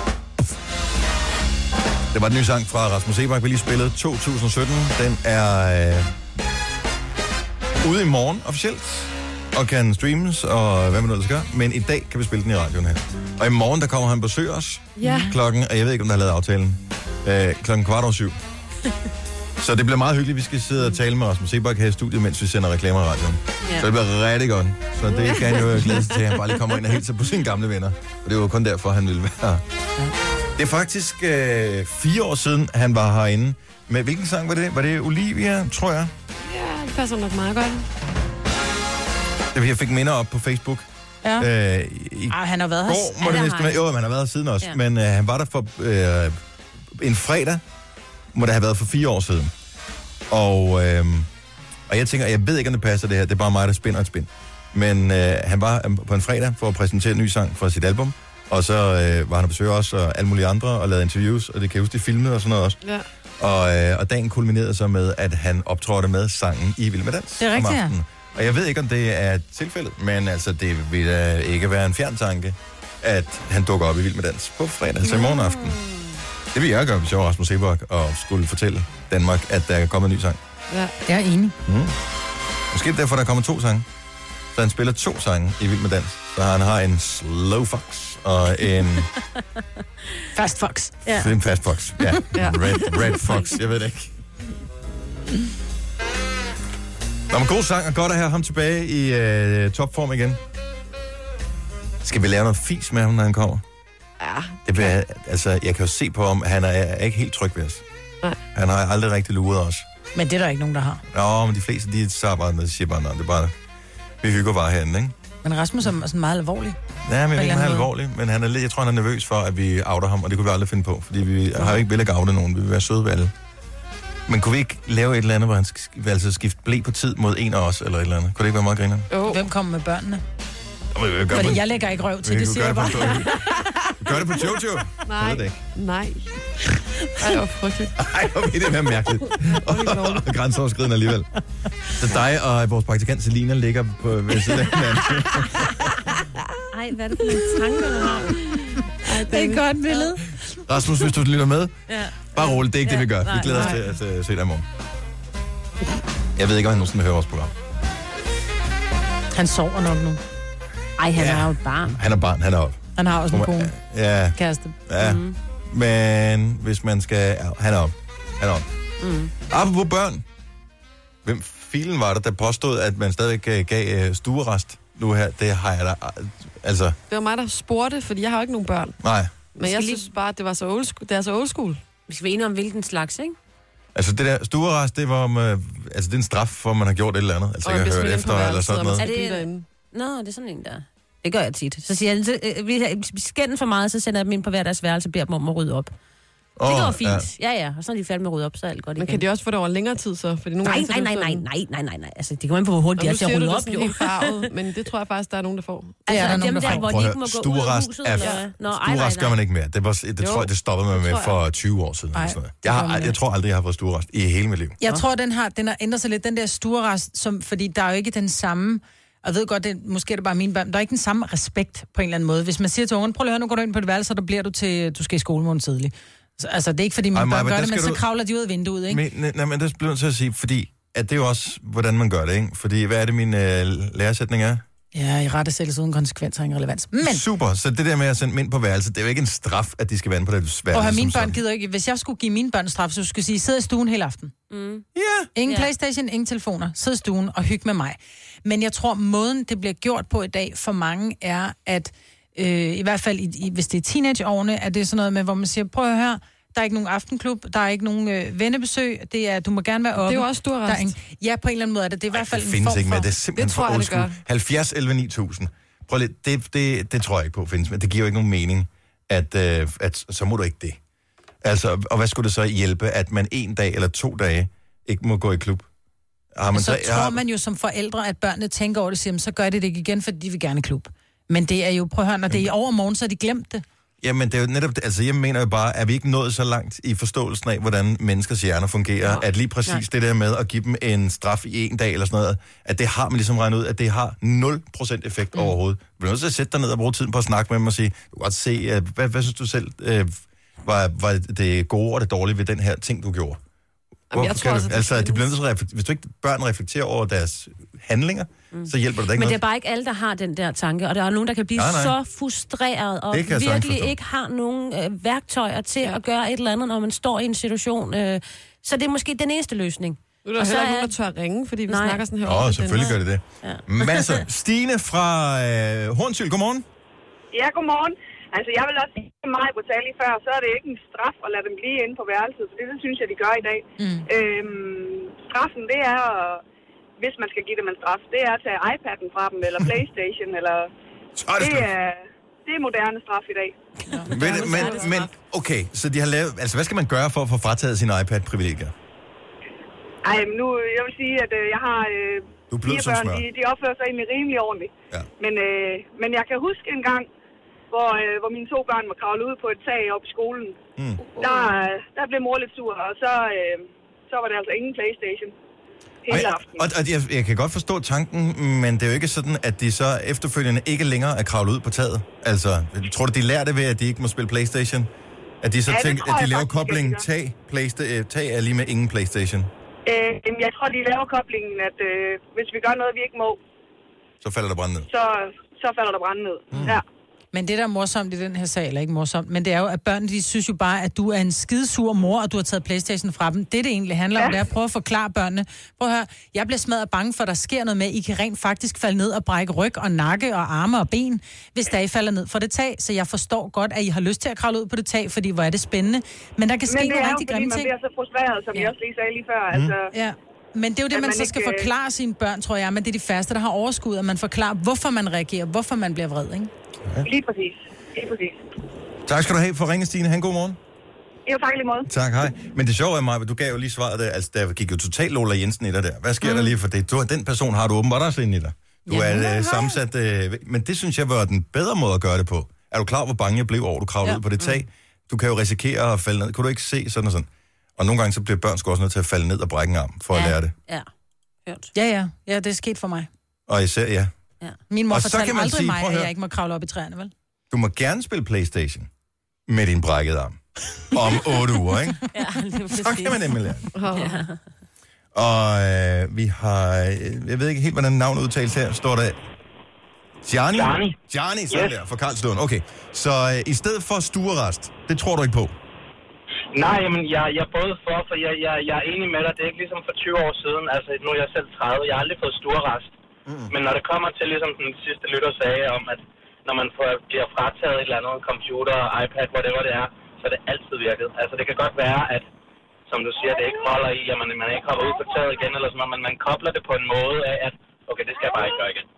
A: Det var den nye sang fra Rasmus Sebak, vi lige spillede 2017. Den er øh, ude i morgen officielt, og kan streames, og hvad man nu ellers gør. Men i dag kan vi spille den i radioen her. Og i morgen, der kommer han og besøger os
B: Ja.
A: klokken, og jeg ved ikke, om der har lavet aftalen, øh, klokken kvart over syv. Så det bliver meget hyggeligt, vi skal sidde og tale med Rasmus Sebak her i studiet, mens vi sender reklamer i radioen. Ja.
D: Ja.
A: Så det bliver rigtig godt. Så det kan han jo glæde sig til, at han bare lige kommer ind og hilser på sine gamle venner. Og det var jo kun derfor, han ville være Det er faktisk øh, fire år siden, han var herinde. Men hvilken sang var det? Var det Olivia, tror jeg?
B: Ja, det passer nok meget godt.
A: Det var, jeg fik minder op på Facebook.
C: Ja.
A: Øh, I
C: Ej, han har været her. s-
A: går må
D: Ja,
A: det
D: der
A: næsten
D: har
A: være.
D: han.
A: Jo, men han har været her siden også. Ja.
D: Ja.
A: Men øh, han var der for øh, en fredag, må det have været for fire år siden. Og, øh, og jeg tænker, jeg ved ikke, om det passer det her. Det er bare mig, der spinder et spind. Men øh, han var øh, på en fredag for at præsentere en ny sang fra sit album. Og så øh, var han og besøge os og alle mulige andre og lavede interviews. Og det kan jeg huske, de filmede og sådan noget også.
B: Ja.
A: Og, øh, og dagen kulminerede så med, at han optrådte med sangen I Vild Med Dans.
C: Det er
A: om
C: rigtigt, ja.
A: aftenen. Og jeg ved ikke, om det er tilfældet, men altså, det vil da ikke være en fjern tanke, at han dukker op i Vild Med Dans på fredag, altså i morgen aften.
C: Mm.
A: Det vil jeg gøre, hvis jeg var Rasmus Sebak og skulle fortælle Danmark, at der er kommet en ny sang.
C: Jeg er enig.
A: Måske er det derfor, der kommer to sange. Så han spiller to sange i Vild Med Dans. Så han har en slow fox og en...
C: Fast fox.
A: Ja. Det er en fast fox. Ja.
B: Ja.
A: Red, red fox, jeg ved det ikke. Nå, men god sang, og godt at have ham tilbage i øh, topform igen. Skal vi lave noget fis med ham, når han kommer?
B: Ja,
A: Det bliver, altså, jeg kan jo se på ham, at han er, er ikke helt tryg ved os.
B: Nej.
A: Han har aldrig rigtig luret os.
C: Men det er der ikke nogen, der har.
A: Nå, men de fleste, de tager bare noget, siger bare, nej, det er bare, vi hygger bare herinde, ikke?
C: Men Rasmus er sådan meget alvorlig.
A: Ja, men jeg ved ikke, om
C: eller
A: han er
C: noget.
A: alvorlig, men han er, lidt- jeg tror, han er nervøs for, at vi outer ham, og det kunne vi aldrig finde på, fordi vi har jo ikke vel at gavne nogen, vi vil være søde ved alle. Men kunne vi ikke lave et eller andet, hvor han skal, altså skifte blæ på tid mod en af os, eller et eller andet? Kunne det ikke være meget griner?
B: jo.
C: Hvem kommer med børnene?
A: Gør
C: Fordi jeg lægger ikke røv til, det siger jeg bare.
A: Gør det på Jojo.
B: Nej.
A: Jeg ved det ikke.
B: Nej. Ej, det var frygteligt.
A: Ej, hvor vil det være mærkeligt. Og grænseoverskridende alligevel. Så dig og vores praktikant Selina ligger på ved siden af hinanden.
D: Ej, hvad er det for en tanke, du har?
C: Det er et godt billede.
A: Rasmus, hvis du lytter med,
D: Ja.
A: Bare roligt, det er ikke det, vi gør.
D: Ja,
A: Vi
D: nej,
A: glæder os til at øh, se dig i morgen. Jeg ved ikke, om han nogensinde hører vores program.
C: Han sover nok nu.
D: Ej, han
A: Ja.
D: er jo et barn.
A: Han er barn, han er op.
C: Han har også en kone.
A: Ja,
C: Kæreste.
A: ja. Men hvis man skal... Ja, han er op. Han er op. Mm. Apropos børn. Hvem filen var det, der påstod, at man stadig øh, gav øh, stuerest nu her? Det har jeg da... Altså,
B: Det var mig, der spurgte, fordi jeg har jo ikke nogen børn.
A: nej.
B: Men jeg
D: lige-
B: synes bare, at det, var så old school. det er så old school.
D: Vi skal være enige om, hvilken slags, ikke?
A: Altså, det der stuerest, det var om... Øh, altså, det er en straf for, at man har gjort et eller andet. Altså,
B: Og
A: ikke
B: hvis
A: har
B: man
A: hørt
B: er på
A: efter eller
B: værelset,
A: sådan
B: og man
A: noget.
B: skal
D: Er det-
B: blive derinde.
D: Nå, det er sådan en der. Det gør jeg tit. Så siger jeg, så, øh, vi vi skændes for meget, så sender jeg dem ind på hver deres værelse og beder dem om at rydde op. Det
A: Åh,
D: går fint. Ja, ja. Og så er de færdige med at rydde op, så er alt godt
B: Men
D: igen.
B: kan de også få det over længere tid så? Fordi nogle
D: Nej,
B: gange, så er
D: nej,
B: det
D: nej,
B: jo
D: nej,
B: sådan-
D: nej, nej, nej, nej. Altså, det kommer an på, hvor hurtigt
B: Og
D: de er
B: nu
D: til at
B: siger du
D: rydde
B: det
D: op,
B: sådan
D: jo.
B: helt farvet, men det tror jeg faktisk, der er nogen, der får.
D: Altså,
C: der
D: dem
C: nogen, der
D: der,
C: får.
D: hvor
A: Prøv
D: de
A: at
D: ikke må
A: høre,
D: gå ud af
A: stuerest
D: huset.
A: er-
D: Eller... Nå, ej, nej,
A: Stuerest gør
D: nej.
A: man ikke mere. Det, var, det, tror jeg, det stoppede man med for 20 år siden. Eller sådan noget. Jeg, har, jeg tror aldrig, jeg har fået stuerest i hele mit liv.
C: Jeg tror, den har, den har ændret sig lidt, den der stuerest, som, fordi der er jo ikke den samme, og jeg ved godt, det, måske er det bare min børn, men der er ikke den samme respekt på en eller anden måde. Hvis man siger til ungen, prøv lige at høre, nu går du ind på et værelse, og der bliver du til, du skal i skole morgen tidlig. Så- Altså, det er ikke, fordi mine
A: Ej,
C: børn
A: Maja, men
C: gør
A: der
C: det, men
A: skal
C: så
A: du-
C: kravler de ud af vinduet, ikke?
A: Men, nej, nej, men det bliver jeg nødt til at sige, fordi at det er jo også, hvordan man gør det, ikke? Fordi hvad er det, min øh, læresætning er?
C: Ja, i rette sættes uden konsekvenser og ingen relevans. Men,
A: Super, så det der med at sende dem ind på værelset, det er jo ikke en straf, at de skal være inde på det værelse.
C: og her,
A: som
C: mine børn
A: sådan.
C: gider ikke, hvis jeg skulle give mine børn straf, så skulle jeg sige, sid i stuen hele aften.
A: Ja,
C: Ingen
D: Ja.
C: ja. Playstation, ingen telefoner. Sid i stuen og hyg med mig. Men jeg tror, måden det bliver gjort på i dag for mange er, at øh, i hvert fald, i, i, hvis det er teenageårene, er det sådan noget med, hvor man siger, prøv at høre, her, der er ikke nogen aftenklub, der er ikke nogen øh, vennebesøg, det er, du må gerne være oppe.
B: jo også stor
C: Der er
B: rest.
C: ingen- Ja, på en eller anden måde er det. Det er i hvert fald
A: det
C: en
A: findes
C: form
A: ikke mere.
C: for-
A: Det er simpelthen
B: Det tror
A: for
B: jeg,
A: old
B: det gør.
A: school. 70, 11, 9000. Prøv lidt, det, det, det tror jeg ikke på findes, men det giver jo ikke nogen mening, at, øh, at så må du ikke det. Altså, og hvad skulle det så hjælpe, at man en dag eller to dage ikke må gå i klub? Har man
C: så,
A: så,
C: så Altså, tror man jo som forældre, at børnene tænker over det, siger, "Men så gør de det ikke igen, fordi de vil gerne i klub. Men det er jo, prøv at høre, når det er i overmorgen, så har de glemt det.
A: Jamen, det er jo netop det. Altså, jeg mener jo bare, at vi ikke nået så langt i forståelsen af, hvordan menneskers hjerner fungerer, ja. at lige præcis Nej. det der med at give dem en straf i en dag eller sådan noget, at det har man ligesom regnet ud, at det har 0% effekt mm. overhovedet. Vi er nødt til at sætte dig ned og bruge tiden på at snakke med dem og sige, du kan godt se, øh, hvad, hvad synes du selv øh, var, var det gode og det dårlige ved den her ting, du gjorde?
B: Jamen, jeg
A: Hvorfor
B: tror
A: kan
B: altså,
A: du,
B: det
A: altså, de
B: findes.
A: bliver nødt til at reflektere, hvis du ikke børn reflekterer over deres handlinger, mm. så hjælper det da ikke
D: Men det er
A: noget.
D: bare ikke alle, der har den der tanke, og der er nogen, der kan blive
A: Nej,
D: nej,
A: nej.
D: nej. så frustreret og
A: Det kan jeg sagtens
D: virkelig
A: forstå.
D: ikke har nogen øh, værktøjer til at gøre et eller andet, når man står i en situation. Øh, så det er måske den eneste løsning.
B: Nu er der
D: Og
B: jo
D: så
B: heller ikke
D: er-
B: nogen, der tør at ringe, fordi vi
D: Nej.
B: snakker sådan her.
A: Åh,
B: over
A: oh,
B: den.
A: selvfølgelig gør det det. Ja. Masser. Stine fra øh, Hornsyl, godmorgen.
I: Ja, godmorgen. Altså, jeg vil også sige til mig, hvor sagde lige før, så er det ikke en straf at lade dem blive inde på værelset, for det, det synes jeg, de gør i dag. Mm. Øhm, straffen, det er, at- hvis man skal give dem en straf, det er at tage iPad'en fra dem, eller Playstation, eller...
A: Så er det
I: Det
A: slut.
I: er, det er moderne straf i dag.
A: Men, men, men okay, så de har lavet... Altså, hvad skal man gøre for at få frataget sine iPad-privilegier?
I: Ej, men nu, jeg vil sige, at øh, jeg har... Øh,
A: Du er blød
I: fire
A: som
I: børn,
A: smør.
I: de, de opfører sig egentlig rimelig ordentligt.
A: Ja.
I: Men, øh, men jeg kan huske en gang, hvor, øh, hvor mine to børn må kravle ud på et tag op i skolen.
A: Mm.
I: Der, øh, der blev mor lidt sur, og så, øh, så var det altså ingen Playstation hele
A: Og,
I: aftenen.
A: og, og jeg, jeg kan godt forstå tanken, men det er jo ikke sådan, at de så efterfølgende ikke længere er kravlet ud på taget. Altså, tror du, de lærer det ved, at de ikke må spille Playstation? At de så
I: Ja, det
A: tænker,
I: tror
A: at de
I: jeg
A: laver
I: faktisk, at de
A: koblingen
I: gør.
A: tag, playsta- øh, tag er lige med ingen Playstation.
I: Øh, jamen, jeg tror, de laver koblingen, at øh, hvis vi gør noget, vi ikke må,
A: Så falder der brand ned.
I: så, så falder der brand ned. Mm. Ja.
C: Men det, der er morsomt i den her sag, eller ikke morsomt, men det er jo, at børnene, de synes jo bare, at du er en skidesur mor, og du har taget Playstation fra dem. Det, det egentlig handler ja. om, det er at prøve at forklare børnene. Prøv at høre, jeg bliver smadret bange for, at der sker noget med, at I kan rent faktisk falde ned og brække ryg og nakke og arme og ben, hvis der I falder ned fra det tag. Så jeg forstår godt, at I har lyst til at kravle ud på det tag, fordi hvor er det spændende. Men der kan ske
I: Men det
C: nogle
I: er jo,
C: rigtig
I: fordi
C: grimme
I: man
C: ting.
I: bliver så frustreret, som ja.
C: Ja.
I: jeg også lige sagde lige før. Mm. Altså,
C: Ja. Men det er jo det,
I: At
C: man,
I: man
C: så skal
I: ikke, øh,
C: forklare sine børn, tror jeg. Men det er de færreste, der har overskud, at man forklarer, hvorfor man reagerer, hvorfor man bliver vred, ikke?
I: lige præcis. Lige præcis.
A: Tak skal du have for at ringe, Stine. Han god morgen.
I: Jo, tak i lige måde.
A: Tak, hej. Men det sjove er, Maja, du gav jo lige svaret der. Altså, der gik jo totalt Lola Jensen i dig der. Hvad sker mm. der lige for det? Du, den person har du åbenbart også inde i dig. Du
C: Ja, hun
A: er
C: har
A: øh,
C: højt.
A: sammensat... Øh, men det synes jeg var den bedre måde at gøre det på. Er du klar, hvor bange jeg blev over, du kravlede ja.
C: Ja.
A: ud på det tag? Du kan jo risikere at falde ned. Kunne du ikke se sådan og sådan? Og nogle gange så bliver børn sgu også nødt til at falde ned og brække en arm, for ja. at lære det.
D: Ja. Hørt.
C: Ja, ja. Ja, det er sket for mig.
A: Og især, ja.
C: Min mor
A: Og så kan
C: fortalte
A: man
C: aldrig
A: sige,
C: sige, mig,
A: prøv at
C: at
A: høre.
C: jeg ikke må kravle op i træerne, vel?
A: Du må gerne spille Playstation med din brækkede arm. Om otte uger, ikke?
D: Ja, lige
A: Så kan man
D: præcis.
A: nemlig lære.
B: Åh.
A: Og øh, vi har... Øh, jeg ved ikke helt, hvordan navnet udtales her. Står der... Gianni?
J: Gianni.
A: Gianni, sådan
J: Yes.
A: der, fra Karlslund. Okay, så øh, i stedet for stuerest, det tror du ikke på?
J: Nej, men jeg, jeg er både for, for jeg, jeg, jeg er enig med dig, det er ikke ligesom for 20 år siden, altså nu er jeg selv 30, jeg har aldrig fået storrest. Mm. Men når det kommer til, ligesom den sidste lytter sagde, om at når man får, bliver frataget et eller andet computer, iPad, whatever det er, så er det altid virket. Altså det kan godt være, at som du siger, det ikke holder i, at man, man ikke kommer ud på taget igen, eller sådan noget, men man kobler det på en måde af, at okay, det skal jeg bare ikke gøre igen.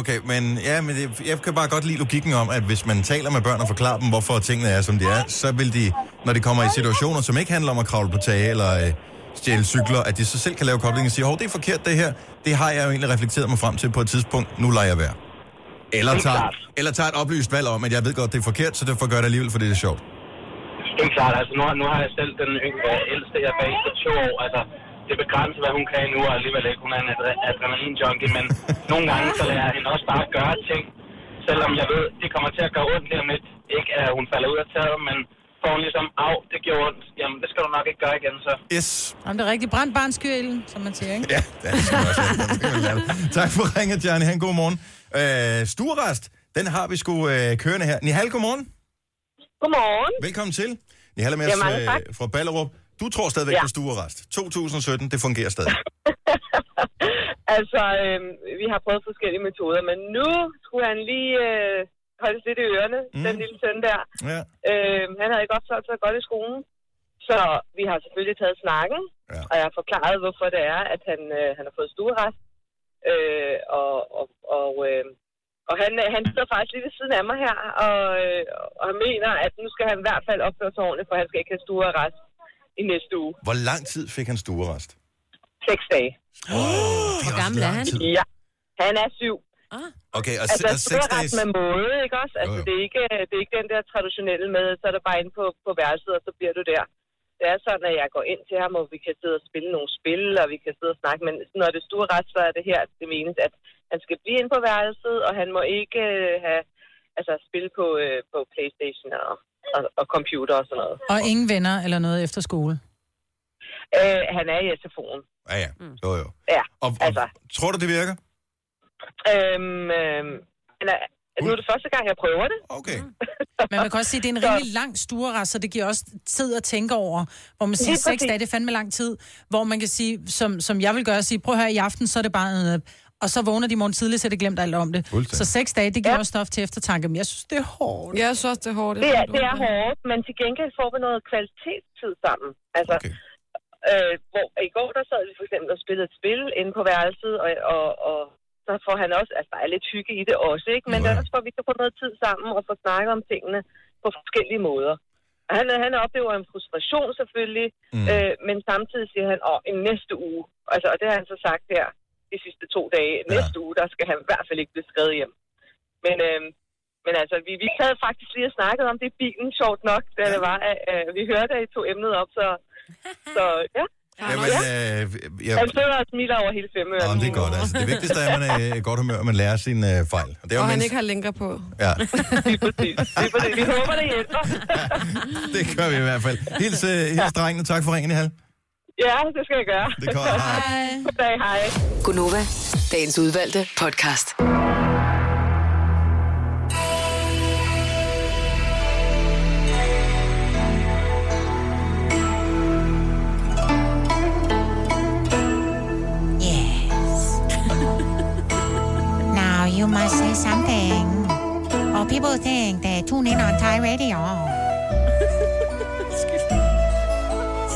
A: Okay, men, ja, men det, jeg kan bare godt lide logikken om, at hvis man taler med børn og forklarer dem, hvorfor tingene er, som de er, så vil de, når de kommer i situationer, som ikke handler om at kravle på tage eller øh, stjæle cykler, at de så selv kan lave koblingen og sige, hov, det er forkert det her. Det har jeg jo egentlig reflekteret mig frem til på et tidspunkt. Nu lader jeg være. Eller
J: Helt
A: tager,
J: klart.
A: eller tager et oplyst valg om, at jeg ved godt, det er forkert, så derfor gør jeg det alligevel, fordi det er sjovt.
J: Helt klart, altså nu, har- nu har jeg selv den yngre, ældste, jeg er bag på to år, altså det er begrænset, hvad hun kan nu, og alligevel ikke, hun er en adre- adrenalin-junkie, men nogle gange så lader jeg hende også bare gøre ting, selvom jeg ved, det kommer til at gøre ondt lige om lidt. Ikke at hun falder ud af taget, men får hun ligesom, af, det gjorde ondt, jamen det skal du nok ikke gøre igen, så.
A: Yes.
C: Jamen, det er rigtig brændt barnskyrilden, som man siger, ikke?
A: Ja, det skal også Tak for ringet, Jørgen. Han, god morgen. Øh, Sturrest, den har vi sgu øh, kørende her. Nihal, godmorgen.
K: Godmorgen.
A: Velkommen til. Nihal er med
K: Ja,
A: os
K: mange tak.
A: øh, fra Ballerup. Du tror stadigvæk
K: Ja.
A: ja. på stuerrest. 2017, det fungerer stadig.
K: Altså, øh, vi har prøvet forskellige metoder, men nu skulle han lige øh, holdes lidt i ørerne, mm. den lille søn der.
A: Ja.
K: Øh, han havde ikke opført sig godt i skolen, så vi har selvfølgelig taget snakken, ja. og jeg har forklaret, hvorfor det er, at han, øh, han har fået stuerest. Øh, og og, og, øh, og han, øh, han sidder faktisk lige ved siden af mig her, og, øh, og han mener, at nu skal han i hvert fald opføre sig ordentligt, for han skal ikke have stuerest i næste uge.
A: Hvor lang tid fik han stuerrest?
K: Seks dage.
A: Oh, Hvor
K: gammel er han? Ja, han er syv. Ah.
A: Okay, og,
K: Altså,
A: altså, og
K: altså
A: seks
K: ret
A: dages...
K: med måde, ikke også? Altså,
A: Jo, jo.
K: Det, er ikke, det er ikke den der traditionelle med, så er det bare inde på, på værelset, og så bliver du der. Det er sådan, at jeg går ind til ham, og vi kan sidde og spille nogle spil, og vi kan sidde og snakke, men når det store ret, så er det her, det menes, at han skal blive inde på værelset, og han må ikke øh, have altså, spille på, øh, på Playstation og, og, og computer og sådan noget.
C: Og ingen venner eller noget efter skole.
K: Øh, han er i SFO'en.
A: Ja, ja.
K: Mm.
A: Jo, jo.
K: Ja,
A: og, og, altså... Tror du, det virker?
K: Øhm, øhm, han er, nu er det første gang, jeg prøver det.
A: Okay.
C: Men man kan også sige, at det er en rimelig lang stuerest, så det giver også tid at tænke over. Hvor man siger,
K: Lige
C: seks
K: præcis.
C: dage, det er fandme lang tid. Hvor man kan sige, som, som jeg vil gøre, sige, prøv her i aften, så er det bare... Øh, og så vågner de i morgen tidligt, så er det glemt alt om det.
K: Fuldstændig.
C: Så seks dage, det giver ja. også stof til eftertanke. Men jeg synes, det er hårdt.
B: Jeg synes også, det er hårdt.
K: Det er, det er hårdt, men til gengæld får vi noget kvalitetstid sammen. Altså, okay. øh, hvor i går der sad vi for eksempel og spillede et spil inde på værelset, og, og, og så får han også, altså der er lidt hygge i det også, ikke? Men det er også for, at vi kan få noget tid sammen og få snakket om tingene på forskellige måder. Og Han, han oplever en frustration selvfølgelig, mm. øh, men samtidig siger han, åh, i næste uge, altså, og det har han så sagt her de sidste to dage, næste uge, der skal han i hvert fald ikke blive skrevet hjem. Men øh, men altså, vi, vi havde faktisk lige og snakket om det i bilen, sjovt nok, da det var, at, at vi hørte, at I tog emnet op, så, så ja.
A: Jamen, øh,
K: ja.
A: jeg,
K: Han sidder og smiler over hele fem
A: Jamen, det er godt. Altså. Det vigtigste er, at man er i godt humør, og man lærer sine øh, fejl. Og det er jo
B: Og han
A: mindst-
B: ikke har længere på.
A: Ja,
K: Vi håber, det hjælper.
A: det gør vi i hvert fald. Hils, øh, hils drengene. Tak for ringen, Nihal.
K: Ja, det skal jeg gøre.
A: Det er godt. Hej.
K: Goddag, hej.
F: Gunova, dagens udvalgte podcast.
L: Yes. now you must say something. Or people think they tune in on Thai radio.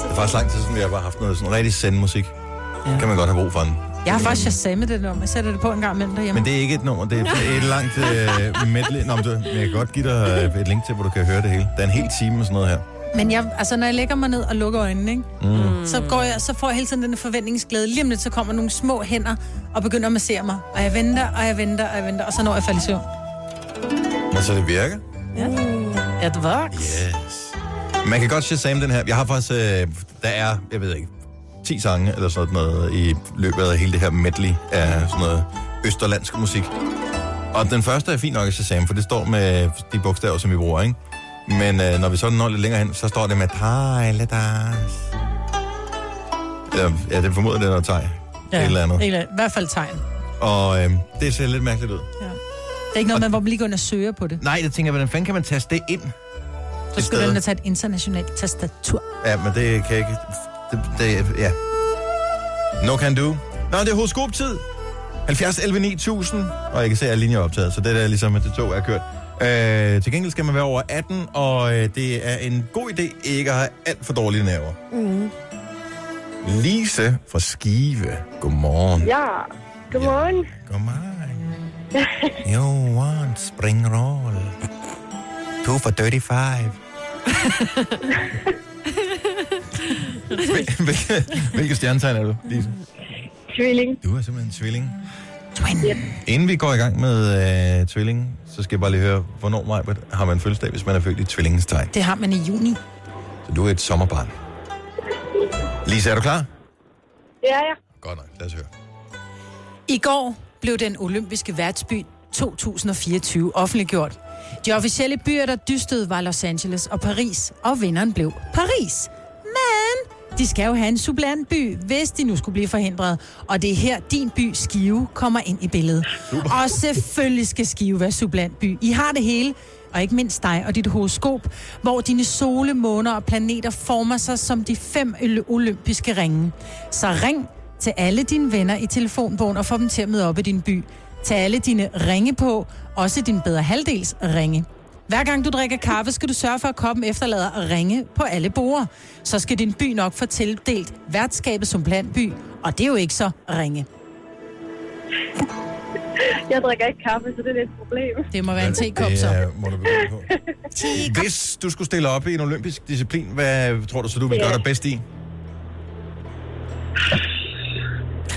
A: Det er faktisk lang tid siden, vi har bare haft noget sådan rigtig send musik. Ja. Kan man godt have brug for den.
C: Jeg har faktisk shazamet det nummer. Jeg sætter det på en gang imellem derhjemme.
A: Men det er ikke et nummer, det er et langt øh, medley. Nå, men du- men jeg kan godt give dig øh, et link til, hvor du kan høre det hele. Der er en hel time og sådan noget her.
C: Men jeg, altså, når jeg lægger mig ned og lukker øjnene, ikke?
A: Mm.
C: så, går jeg, så får jeg hele tiden den forventningsglæde. Lige om lidt, så kommer nogle små hænder og begynder at massere mig. Og jeg venter, og jeg venter, og jeg venter, og så når jeg falder i søvn.
A: Altså, det virker.
C: Ja. At vokse.
A: Yes. Man kan godt shazam den her. Jeg har faktisk, øh, der er, jeg ved ikke, 10 sange eller sådan noget i løbet af hele det her medley af sådan noget østerlandsk musik. Og den første er fint nok at shazam, for det står med de bogstaver, som vi bruger, ikke? Men øh, når vi så når lidt længere hen, så står det med Thailadas. Eller, ja, det formoder det er noget thai. Ja. Et eller andet.
C: Eller, I hvert fald tegn.
A: Og øh, det ser lidt mærkeligt ud.
C: Det er ikke noget, man, hvor man lige går ind og søger på det.
A: Nej, jeg tænker, hvordan fanden kan man taste det ind?
C: Så skal du ind og tage et internationalt tastatur.
A: Ja, men det kan jeg ikke... Det, det, ja. No can do. Nå, det er horoskop-tid. 70 11 9000. Og jeg kan se, at linjer er optaget, så det der er ligesom, at det tog er kørt. Øh, til gengæld skal man være over 18, og øh, det er en god idé ikke at have alt for dårlige nerver.
G: Mm.
A: Lise fra Skive. Godmorgen.
M: Ja, godmorgen.
A: Godmorgen. You want spring roll. Two for 35. Hvil- Hvilke, hvilke stjernetegn er du, Lise?
G: Tvilling.
A: Du er simpelthen tvilling.
G: Twin. Yep.
A: Inden vi går i gang med øh, tvillingen, så skal jeg bare lige høre, hvornår Majbert, har man fødselsdag, hvis man er født i tvillingens tegn?
C: Det har man i juni.
A: Så du er et sommerbarn. Lise, er du klar?
C: Ja, ja.
A: Godt nok, lad os høre.
C: I går blev den olympiske værtsby 2024 offentliggjort. De officielle byer, der dystede, var Los Angeles og Paris, og vinderen blev Paris. Men de skal jo have en suppleantby, hvis de nu skulle blive forhindret. Og det er her, din by, Skive, kommer ind i billedet. Super. Og selvfølgelig skal Skive være suppleantby. I har det hele, og ikke mindst dig og dit horoskop, hvor dine sole, måner og planeter former sig som de fem øl- olympiske ringe. Så ring til alle dine venner i telefonbogen og få dem til at møde op i din by. Tag alle dine ringe på, også din bedre halvdels ringe. Hver gang du drikker kaffe, skal du sørge for, at koppen efterlader ringe på alle borer. Så skal din by nok få tildelt værtskabet som plantby, og det er jo ikke så ringe.
G: Jeg drikker ikke kaffe, så det er lidt et problem.
C: Det må være en tekop,
A: Det
C: så.
A: er- må du begynde på. Hvis du skulle stille op i en olympisk disciplin, hvad tror du så, du vil gøre dig bedst i?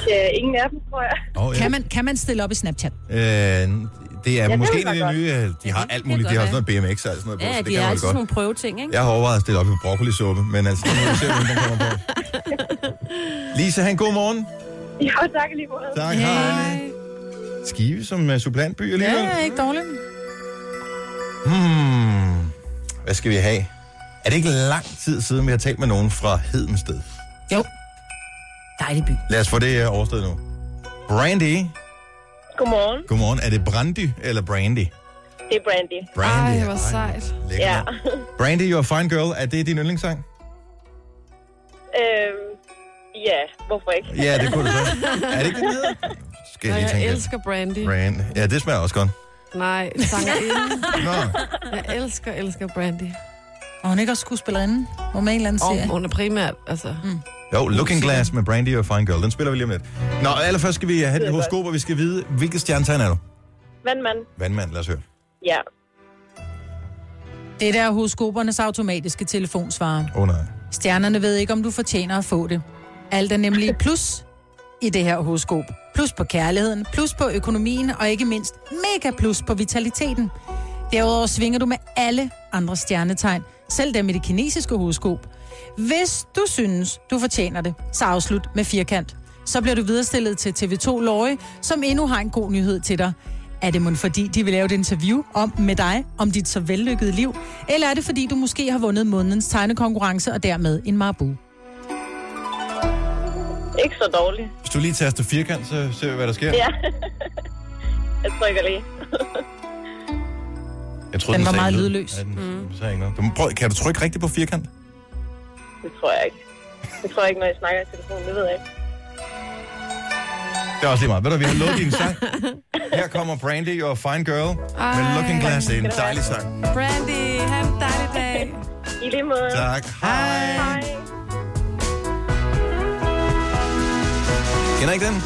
C: Ja, ingen af dem, tror jeg.
A: Åh, ja.
C: Kan man, kan man stille op i Snapchat?
A: Øh, det er
C: det
A: ja, måske
C: vil
A: en
C: jeg
A: af de
C: godt.
A: nye... øh, De har alt muligt.
D: godt
A: De har
D: være.
A: også noget BMX og alt sådan noget på,
D: Ja,
A: så det
D: de
A: kan
D: er
A: man
D: altid
A: vel
D: sådan
A: godt.
D: nogle prøveting, ikke?
A: Jeg har overvejet at stille op i broccolisuppe, men altså, nu må vi se, hvordan den kommer på. Lisa, han god morgen.
I: Jo, tak lige måde.
A: Tak, hej. Skive som uh, supplantby alligevel.
C: Ja, ikke dårligt.
A: Hmm, hvad skal vi have? Er det ikke lang tid siden, vi har talt med nogen fra Hedensted?
C: Jo. Dejlig by.
A: Lad os få det uh, overstået nu. Brandy.
K: Godmorgen.
A: Godmorgen. Er det Brandy eller Brandy?
K: Det er Brandy.
A: Brandy.
K: Ej, hvor sejt.
A: lækkert
K: Ja.
A: Brandy, you're a fine girl. Er det din yndlingssang?
K: øhm, ja, hvorfor ikke?
A: Ja, det kunne du så. Er det ikke det, hedder? Skal
B: Nå,
A: lige
B: jeg
A: tænke lidt.
B: elsker brandy.
A: Brandy. Ja, det smager også godt.
B: Nej, sangerinde.
A: Nå.
B: Jeg elsker, elsker brandy.
C: Og hun ikke også skuespillerinde? Hun er med i en eller anden
B: Og
C: serie.
B: hun er primært, altså... Mm.
A: Jo, Looking Glass med Brandy og Fine Girl. Den spiller vi lige om lidt. Nå, allerførst skal vi have dit horoskop, og vi skal vide, hvilket stjernetegn er du?
K: Vandmand.
A: Vandmand, lad os høre.
K: Ja.
C: Det der er horoskopernes automatiske telefonsvarer.
A: Åh oh, nej.
C: Stjernerne ved ikke, om du fortjener at få det. Alt er nemlig plus i det her horoskop. Plus på kærligheden, plus på økonomien, og ikke mindst mega plus på vitaliteten. Derudover svinger du med alle andre stjernetegn, selv dem i det kinesiske horoskop. Hvis du synes, du fortjener det, så afslut med firkant. Så bliver du viderestillet til TV2 Løje, som endnu har en god nyhed til dig. Er det mon fordi, de vil lave et interview om med dig, om dit så vellykkede liv? Eller er det fordi, du måske har vundet månedens tegnekonkurrence og dermed en marabu?
K: Ikke så dårligt.
A: Hvis du lige taster firkant, så ser vi, hvad der sker.
K: Ja. jeg trykker lige.
A: Jeg troede,
K: Den var
A: sagde
K: meget
A: lyd.
K: lydløs. Mm.
A: Ja, den, den sagde ikke noget. Du må prøve, kan du trykke rigtigt på firkant?
K: Det tror jeg ikke. Det tror jeg ikke, når jeg snakker i telefonen. Det ved jeg ikke.
A: Det er også lige meget. Ved du, vi har lukket en sang. Her kommer Brandy og Fine Girl Ej. med
B: Ej.
A: Looking Glass. Det er en dejlig sang.
B: Brandy, have en dejlig dag.
K: I lige måde.
A: Tak. Hej.
K: Hej.
A: Kender I ikke den?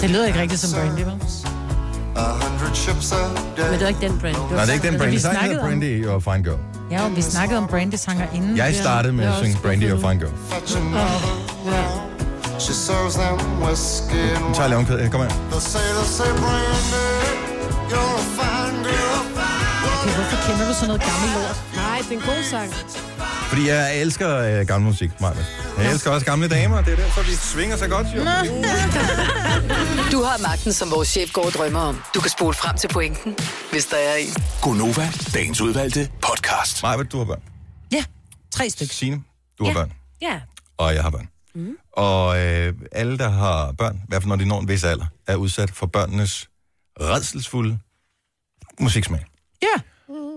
C: Det lyder ikke rigtigt som Brandy, vel?
D: Men det var ikke den brand.
A: Nej, det er ikke den Brandy.
C: Vi
A: Sangen
C: snakkede
A: hedder
C: om-
A: Brandy og Fine Girl.
C: Ja, og vi snakkede om Brandy sanger inden.
A: Jeg startede med at synge Brandy og Fine Girl.
M: She serves them whiskey and
A: Nu tager jeg lige omkvædet. Her, Kom her.
M: They'll say, they'll say, Brandy, you're a fine girl.
C: Okay, hvorfor kender du sådan noget gammelt lort?
B: Nej, det er en god sang.
A: Fordi jeg elsker øh, gammel musik, Maja. Jeg elsker også gamle damer. Det er derfor, vi svinger så godt, jo.
F: Du har magten, som vores chef går og drømmer om. Du kan spole frem til pointen, hvis der er en.
E: Gonova, dagens udvalgte podcast.
A: Maja, du har børn.
C: Ja, tre stykker.
A: Signe, du har
D: Ja.
A: børn.
D: Ja.
A: Og jeg har børn.
D: Mm.
A: Og øh, alle, der har børn, i hvert fald når de når en vis alder, er udsat for børnenes redselsfulde musiksmag.
C: Ja.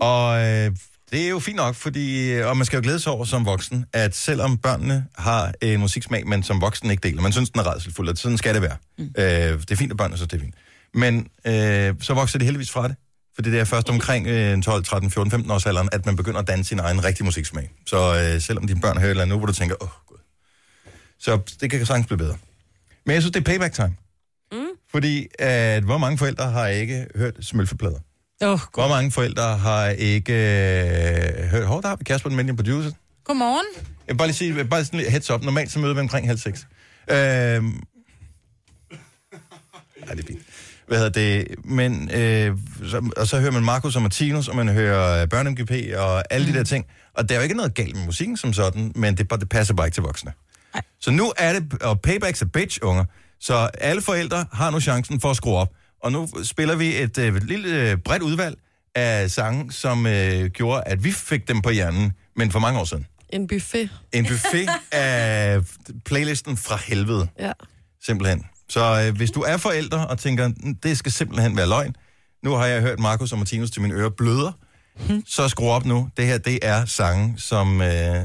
A: Og øh, det er jo fint nok, fordi, og man skal jo glæde sig over som voksen, at selvom børnene har en musiksmag, men som voksen ikke deler, man synes, den er redselfuld, og sådan skal det være. Mm. Øh, det er fint, at børnene synes, det er fint. Men øh, så vokser de heldigvis fra det, Fordi det er først omkring øh, 12, 13, 14, 15 års alderen, at man begynder at danne sin egen rigtige musiksmag. Så øh, selvom dine børn hører et eller andet nu, hvor du tænker, åh, oh, gud. Så det kan sagtens blive bedre. Men jeg synes, det er payback time. Mm. Fordi at, hvor mange forældre har ikke hørt smølfeplader?
C: Oh,
A: hvor mange forældre har ikke øh, hørt hårdt har vi Kasper, den mændlige producer?
C: Godmorgen.
A: Jeg vil bare lige sige, bare sådan lidt heads up. Normalt så møder vi omkring halv seks. Øhm, Ej, det er fint. Hvad hedder det? Men, øh, så, og så hører man Markus og Martinus, og man hører øh, Børn-MGP og alle mm. de der ting. Og der er jo ikke noget galt med musikken som sådan, men det, er bare- det passer bare ikke til voksne. Ej. Så nu er det, og paybacks a bitch, unger. Så alle forældre har nu chancen for at skrue op. Og nu spiller vi et øh, lille øh, bredt udvalg af sange, som øh, gjorde, at vi fik dem på hjernen, men for mange år siden.
B: En buffet.
A: En buffet af playlisten fra helvede.
B: Ja.
A: Simpelthen. Så øh, hvis du er forældre og tænker, "Mm, det skal simpelthen være løgn, nu har jeg hørt Markus og Martinus til mine ører bløder, hmm. så skru op nu. Det her, det er sange, som, øh,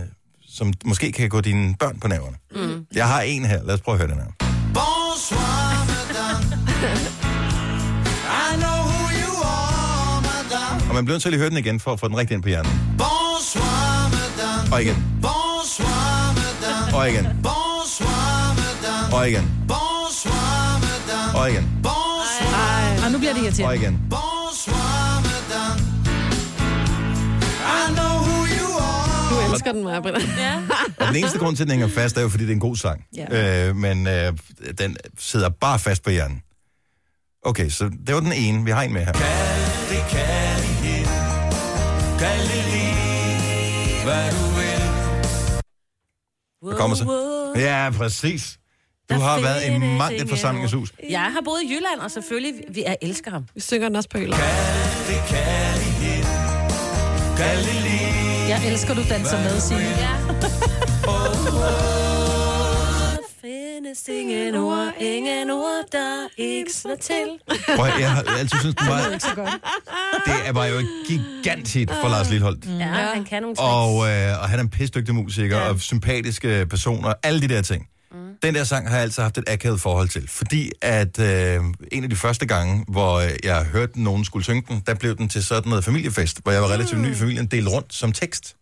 A: som måske kan gå dine børn på næverne. Mm. Jeg har en her. Lad os prøve at høre den her.
M: Bonsoir, madame. I know who you are, madame.
A: Og man bliver nødt til at lige høre den igen, for at få den rigtig ind på hjernen.
M: Bonsoir, madame.
A: Og igen.
M: Bonsoir, madame.
A: Og igen.
M: Bonsoir, madame.
A: Og
M: Bonsoir,
A: igen.
M: madame.
A: Og igen.
M: Bonsoir.
C: Og nu bliver det irriterende.
A: Og igen.
M: Bonsoir, madame. I know who you are.
B: Du elsker den, Maja Britta. Ja.
A: Og den eneste grund til, at den hænger fast, er jo, fordi det er en god sang.
B: Ja.
A: Øh, men øh, den sidder bare fast på hjernen. Okay, så det var den ene. Vi har en med her.
M: Det kan I. Kald det lige, hvad du vil.
A: Der kommer så. Ja, præcis. Du
D: Der
A: har været i
D: findes
A: mange et
D: ingen
A: forsamlingshus.
D: Jeg har boet i Jylland, og selvfølgelig, vi, jeg elsker ham.
B: Vi synger den også på Jylland.
M: Det kan I. Kald det lige.
C: Jeg elsker, du danser med, Signe. Ja.
D: Findes ingen ord, ingen ord, der ikke slår til.
A: Prøv, at høre, jeg har altid synes den var... Det er bare jo et gigant hit for Lars Lilholdt.
E: Mm.
D: Ja, han kan nogle tricks.
A: Og, øh, og han er en pisdygtig musiker, ja. og sympatiske personer, alle de der ting. Mm. Den der sang har jeg altså haft et akavet forhold til, fordi at øh, en af de første gange, hvor øh, jeg hørte at nogen skulle synge den, der blev den til sådan noget familiefest, hvor jeg var relativt ny i familien, delt rundt som tekst.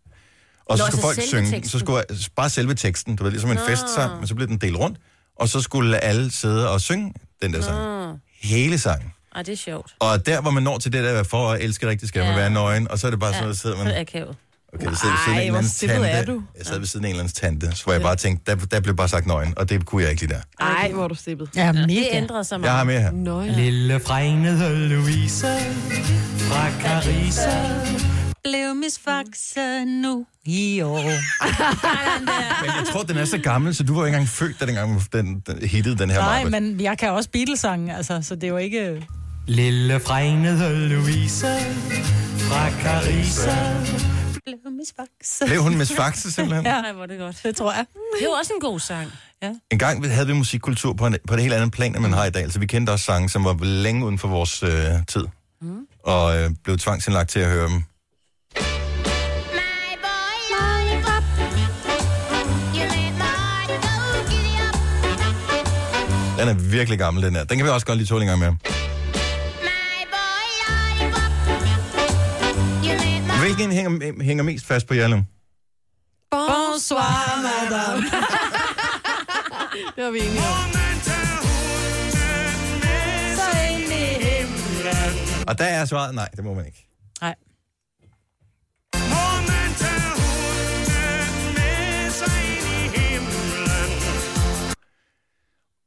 A: Og
E: Mm.
A: så
E: Nå,
A: skulle
E: så
A: folk
E: selve
A: synge, den,
E: teksten.
A: så skulle jeg, bare selve teksten, det var ligesom en
E: Nå.
A: festsang, men så blev den delt rundt, og så skulle alle sidde og synge den der sang.
D: Mm.
A: Hele sangen.
D: Ej, det er sjovt.
A: Og der, hvor man når til det der, for at elske rigtig, skal man
D: Ja.
A: være nøgen, og så er det bare sådan noget, der sidder
D: Så
A: man...
D: er akavet.
A: Okay, jeg sad ved siden af en eller
D: hvor
A: anden
D: sippet
A: tante.
D: er du?
A: Jeg sad ved siden af en eller anden tante, så hvor jeg bare tænkte, der, der blev bare sagt nøgen, og det kunne jeg ikke lige der.
B: Ej, hvor er du stippet.
C: Ja, mega.
D: Det ændrer sig
A: Jeg har mere her.
B: Nøj.
N: Lille fregnede Louise fra Carissa.
C: Blev misfaxet nu i år.
A: Men jeg tror, den er så gammel, så du var jo ikke engang født, da dengang den, den hittede den her
C: Nej,
A: Maja.
C: men jeg kan også Beatles-sange, altså, så det er jo ikke...
N: Lille fregnede Louise fra Carissa.
C: Blev misfaxet.
A: Blev hun misfaxet, simpelthen?
C: ja,
D: Ej, hvor er det godt.
C: det tror jeg.
D: Det er jo også en god sang.
C: Ja.
A: En gang havde vi musikkultur på, en, på et helt andet plan, end man har i dag. Så vi kendte også sange, som var længe uden for vores øh, tid. Mm. Og øh, blev tvangsindlagt til at høre dem. Den er virkelig gammel, den her. Den kan vi også godt lige tåle en gang med. Hvilken hænger, hænger mest fast på Jallum?
B: Bonsoir, madame. det var vi enige om.
C: Så ind i himlen.
A: Og der er svaret, nej, det må man ikke.
C: Nej.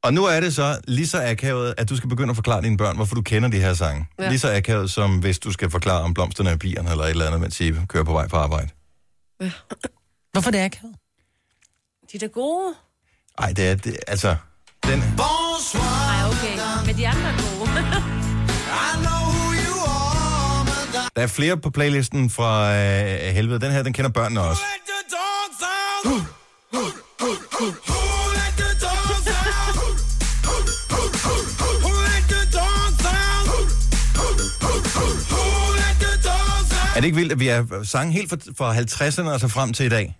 A: Og nu er det så lige så akavet, at du skal begynde at forklare dine børn, hvorfor du kender de her sange. Ja.
E: Ja.
A: Lige så akavet, som hvis du skal forklare om blomsterne og bierne eller et eller andet, mens I kører på vej på arbejde.
C: Hvorfor det er akavet?
D: De er da gode.
A: Ej, det er... Det, altså, den...
M: Bonsoir.
D: Ej, okay. Men de andre er gode.
M: I know who you are, madame.
A: Der er flere på playlisten fra øh, helvede. Den her, den kender børnene også.
M: Let the dogs out. Who let the dogs out? Who let the dogs out? Who let the dogs out?
A: Er det ikke vildt, at vi er sange helt fra, fra 50'erne og så frem til i dag?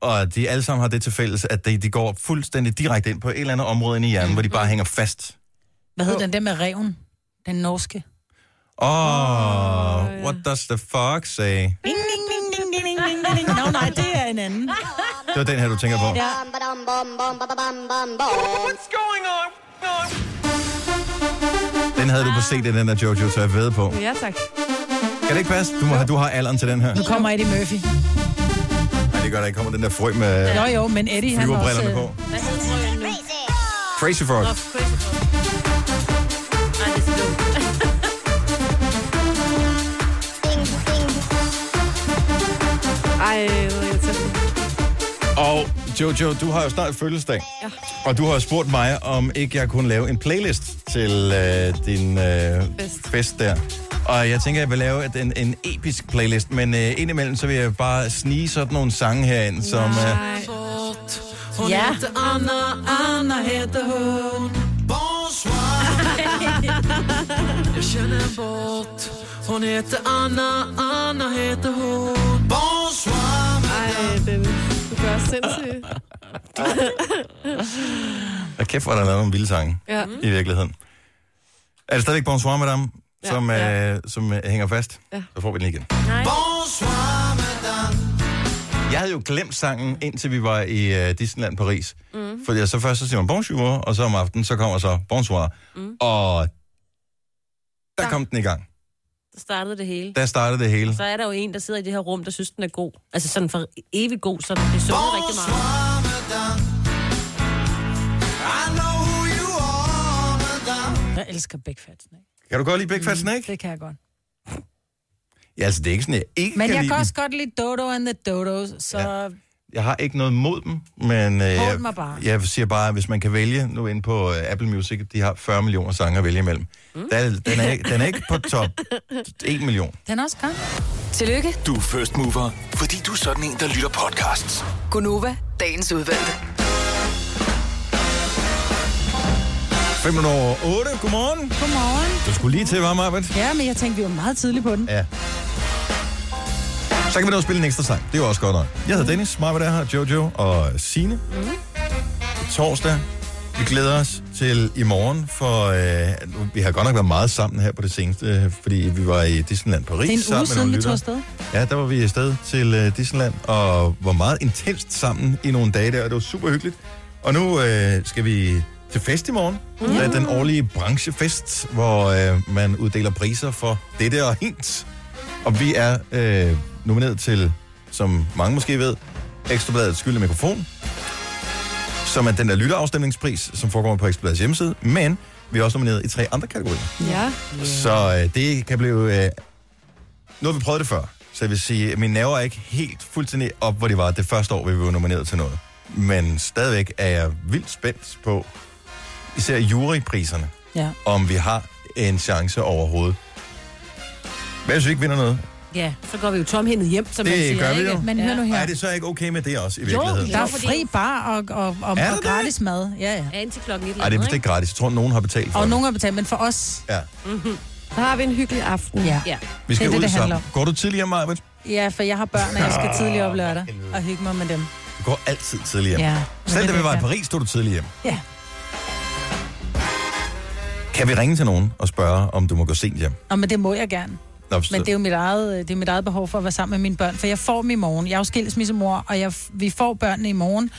A: Og at de alle sammen har det til fælles, at de, de går fuldstændig direkte ind på et eller andet område inde i hjernen, hvor de bare hænger fast.
C: Hvad hed den der med reven? Den norske.
A: Oh, what does the fox say?
C: Ding, ding, ding, ding, ding, ding, ding, ding. Nå, nej, det er en anden.
A: Det var den her, du tænker på.
C: Ja.
G: What's going on?
A: Den havde du på CD, den der Jojo, så jeg ved på.
B: Ja, tak.
A: Kan det ikke passe? Du, må, have- du har alderen til den her.
C: Nu kommer Eddie Murphy.
A: Nej, det gør der ikke. Kommer den der frø med
C: Jo, jo, men Eddie, han var også...
A: flyverbrillerne på.
D: Hvad hed frøen nu?
A: Crazy Frog.
D: Nå, Crazy Frog. Nej, det er så dumt.
B: Ej, det er irriterende.
A: Og Jojo, du har jo snart fødselsdag. Ja. Og du har spurgt mig, om ikke jeg kunne lave en playlist til øh, din øh, fest. fest der. Og jeg tænker, jeg vil lave et- en, en episk playlist, men øh, indimellem så vil jeg bare snige sådan nogle sange herind, som... Øh,
G: Hun
C: Ja.
G: hedder Anna, Anna hedder hun. Bonsoir. Jeg kender bort. Hun hedder Anna, Anna hedder hun. Bonsoir.
B: Ej, Dennis, du gør os sindssygt.
A: og kæft, hvor er der lavet nogle vilde sange
B: Ja.
A: i virkeligheden. Er det stadigvæk Bonsoir, madame, ja. som, øh, som øh, hænger fast? Ja. Så får vi den igen.
G: Bonsoir, madame.
A: Jeg havde jo glemt sangen, indtil vi var i øh, Disneyland Paris.
G: Mm.
A: For jeg så først så siger man bonjour, og så om aftenen, så kommer så bonsoir. Mm. Og der kom den i gang.
D: Der startede det hele.
A: Der startede det hele.
D: Så er der jo en, der sidder i det her rum, der synes, den er god. Altså sådan for evigt god, så det sunget rigtig meget.
C: Jeg elsker Big Fat Snake.
A: Kan du godt lide Big Fat Snake?
C: Det kan jeg godt.
A: Ja, altså, det er ikke sådan, jeg ikke
C: Men
A: kan
C: jeg
A: lide
C: kan
A: dem.
C: også godt lide Dodo and the Dodos, så... Ja.
A: Jeg har ikke noget mod dem, men øh,
C: Hold
A: jeg,
C: mig bare.
A: jeg siger bare, at hvis man kan vælge, nu inde på øh, Apple Music, de har 40 millioner sange at vælge imellem. Mm. Der, er- den, er, ikke- den er ikke på top 1 million.
C: Den er også godt.
F: Tillykke,
E: Du er first mover, fordi du er sådan en, der lytter podcasts.
F: Gunova, dagens udvalgte.
A: 5 over 8, godmorgen.
C: Godmorgen.
A: Du skulle lige til, var Marbet?
C: Ja, men jeg tænkte, vi var meget tidligt på den.
A: Ja. Så kan vi nå at spille en ekstra sang. Det er jo også godt nok. Jeg hedder Dennis, mig der her, Jojo og Sine. Mm.
C: Mhm.
A: Torsdag. Vi glæder os til i morgen, for øh, nu- vi har godt nok været meget sammen her på det seneste, øh, fordi vi var i Disneyland Paris
C: Det er en uge
A: sammen med
C: siden,
A: nogle
C: vi tog
A: lyttere.
C: afsted.
A: Ja, der var vi afsted til øh, Disneyland, og var meget intenst sammen i nogle dage der, og det var super hyggeligt. Og nu øh, skal vi til fest i morgen. Mm. Det er den årlige branchefest, hvor øh, man uddeler priser for dette og hint. Og vi er øh, nomineret til, som mange måske ved, Ekstrabladet skyld mikrofon, som er den der lytterafstemningspris, som foregår på Ekstrabladets hjemmeside. Men vi er også nomineret i tre andre kategorier.
B: Ja.
A: Så øh, det kan blive... Øh, nu har vi prøvet det før, så jeg vil sige, at mine nerver er ikke helt fuldstændig op, hvor de var det første år, vi var nomineret til noget. Men stadigvæk er jeg vildt spændt på især jurypriserne,
C: Ja.
A: om vi har en chance overhovedet. Hvad hvis vi ikke vinder noget?
D: Ja, så går vi jo tomhændet hjem, som man
A: det
D: siger,
A: gør vi
D: ikke?
A: jo.
C: Men hør nu her.
A: Er det så ikke okay med det også i
C: Jo,
A: virkeligheden?
C: der er fri bar og, og, og,
A: Er
C: og
A: der
C: gratis mad. Ja, ja.
D: Ja, indtil klokken et
A: Ej, det er vist ikke gratis. Jeg tror, nogen har betalt for
C: Og
A: det.
C: nogen har betalt, men for os...
A: Ja.
C: Mm-hmm.
B: Så har vi en hyggelig aften.
C: Ja.
D: ja.
A: Vi skal
C: det er det,
A: ud
C: det handler
A: sammen. Går du tidligere, Marvind?
C: Ja, for jeg har børn, og jeg
A: Ah,
C: skal tidligt op lørdag og hygge mig med dem.
A: Du går altid tidligere.
C: Ja,
A: Ja,
C: men
A: Selv
C: det
A: da
C: er
A: vi var i
C: det, jeg
A: Paris, stod du tidligere.
C: Ja.
A: Kan vi ringe til nogen og spørge, om du må gå sent hjem?
C: Nå, men det må jeg gerne.
A: Nå,
C: Men det er jo mit eget, det er mit eget behov for at være sammen med mine børn, for jeg får dem i morgen. Jeg er jo skilsmissemor, og jeg, vi får børnene i morgen.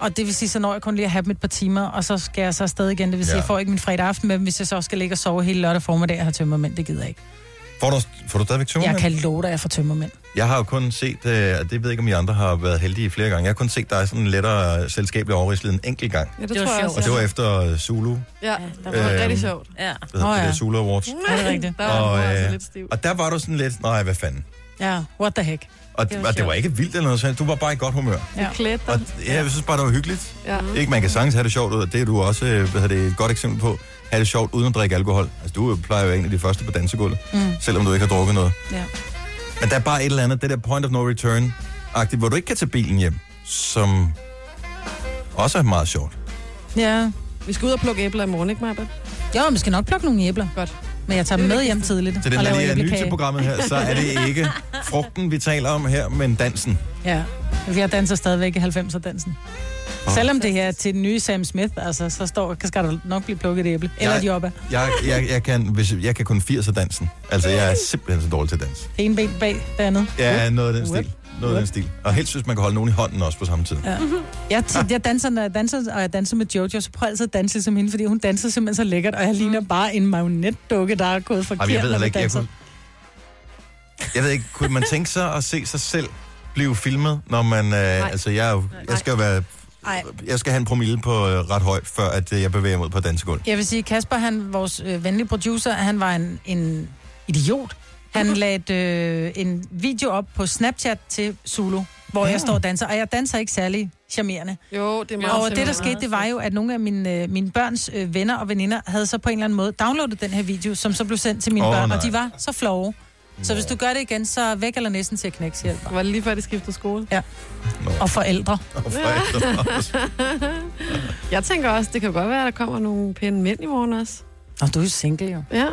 C: Og det vil sige, så når jeg kun lige at have dem et par timer, og så skal jeg så afsted igen. Det vil sige,
A: Ja.
C: jeg får ikke min fredag aften med dem, hvis jeg så skal ligge og sove hele lørdag formiddag og have tømmermænd. Det gider jeg ikke.
A: Får du, får du stadigvæk tømmermænd?
C: Jeg kan love dig, at jeg får tømmermænd.
A: Jeg har jo kun set, øh, og det ved jeg ikke, om I andre har været heldige flere gange, jeg har kun set dig sådan lettere øh, selskabelig overrislet en enkelt gang.
B: Ja, det Det var tror jeg sjovt. også,
A: Og det var
B: ja.
A: efter øh, Zulu.
B: Ja,
A: der
B: der
A: var-
B: var
A: Øhm,
B: rigtig sjovt. Ja.
A: Hvad hedder oh, ja. det? Zulu Awards.
C: Ja, det er rigtigt.
B: Der var og,
A: og,
B: altså
A: øh,
B: lidt stiv.
A: og der var du sådan lidt, nej, hvad fanden?
C: Ja, what the heck.
A: Og det var, og det var ikke vildt eller noget sådan. Du var bare i godt humør.
B: Ja. Du klædte
A: Og
B: dig.
A: ja, jeg synes bare, det var hyggeligt.
B: Ja.
A: Ikke, man kan sagtens have det sjovt ud, og det er du også øh, hvad hedder det, et godt eksempel på. Have det sjovt uden at drikke alkohol. Altså, du plejer jo en af de første på dansegulvet, mm.
G: Mm.
A: selvom du ikke har drukket noget.
C: Ja.
A: Men der er bare et eller andet, det der point of no return, agtigt, hvor du ikke kan tage bilen hjem, som også er meget sjovt.
C: Ja.
B: Vi skal ud og plukke æbler i morgen, ikke, Maja?
C: Jo, vi skal nok plukke nogle æbler.
B: Godt.
C: Men jeg tager dem med hjem tidligt.
A: Til den,
C: og
A: der
C: laver
A: lige er ny
C: æblekage.
A: til programmet her, så er det ikke frugten, vi taler om her, men dansen.
C: ja, jeg danser stadigvæk i 90'er-dansen. Selvom det her er til den nye Sam Smith, altså, så står, skal der nok blive plukket et æble. Eller et jobba.
A: Jeg, jeg, jeg, kan, hvis, jeg kan kun 80'er dansen. Altså, jeg er simpelthen så dårlig til dans.
C: Det ene ben bag det andet.
A: Ja, noget af den
C: Whip.
A: stil. Noget af den stil. Og helst, hvis man kan holde nogen i hånden også på samme tid.
C: Ja. Jeg, tit, jeg danser, når jeg danser, og jeg danser med Jojo, så prøver jeg altid at danse som hende, fordi hun danser simpelthen så lækkert, og jeg ligner bare en marionetdukke, der er gået forkert,
A: Jamen, jeg ved
C: når
A: heller
C: vi
A: ikke, jeg
C: danser.
A: kunne... Jeg ved ikke, kunne man tænke sig at se sig selv blive filmet, når man... Øh, altså, jeg, er jo- jeg skal jo være...
C: Ej.
A: Jeg skal have en promille på øh, ret højt, før at øh, jeg bevæger mig ud på dansegulv.
C: Jeg vil sige, Kasper, han, vores øh, venlige producer, han var en, en idiot.
B: Mhm.
C: Han lagde øh, en video op på Snapchat til Zulu, hvor
B: Ja.
C: ja. jeg står og danser, og jeg danser ikke særlig charmerende.
B: Jo, det er meget
C: Og det, der
B: charmerende.
C: skete, det var jo, at nogle af mine, øh, mine børns øh, venner og veninder havde så på en eller anden måde downloadet den her video, som så blev sendt til mine
B: Åh,
C: oh, børn,
B: nej.
C: og de var så flove. Så hvis du gør det igen, så væk eller næsten til at knække hjælp.
B: Var det lige før, de skiftede skole?
C: Ja. Og forældre.
B: jeg tænker også, det kan godt være, at der kommer nogle pæne mænd i morgen også.
C: Og du er jo single, jo. Mm.
B: Ja.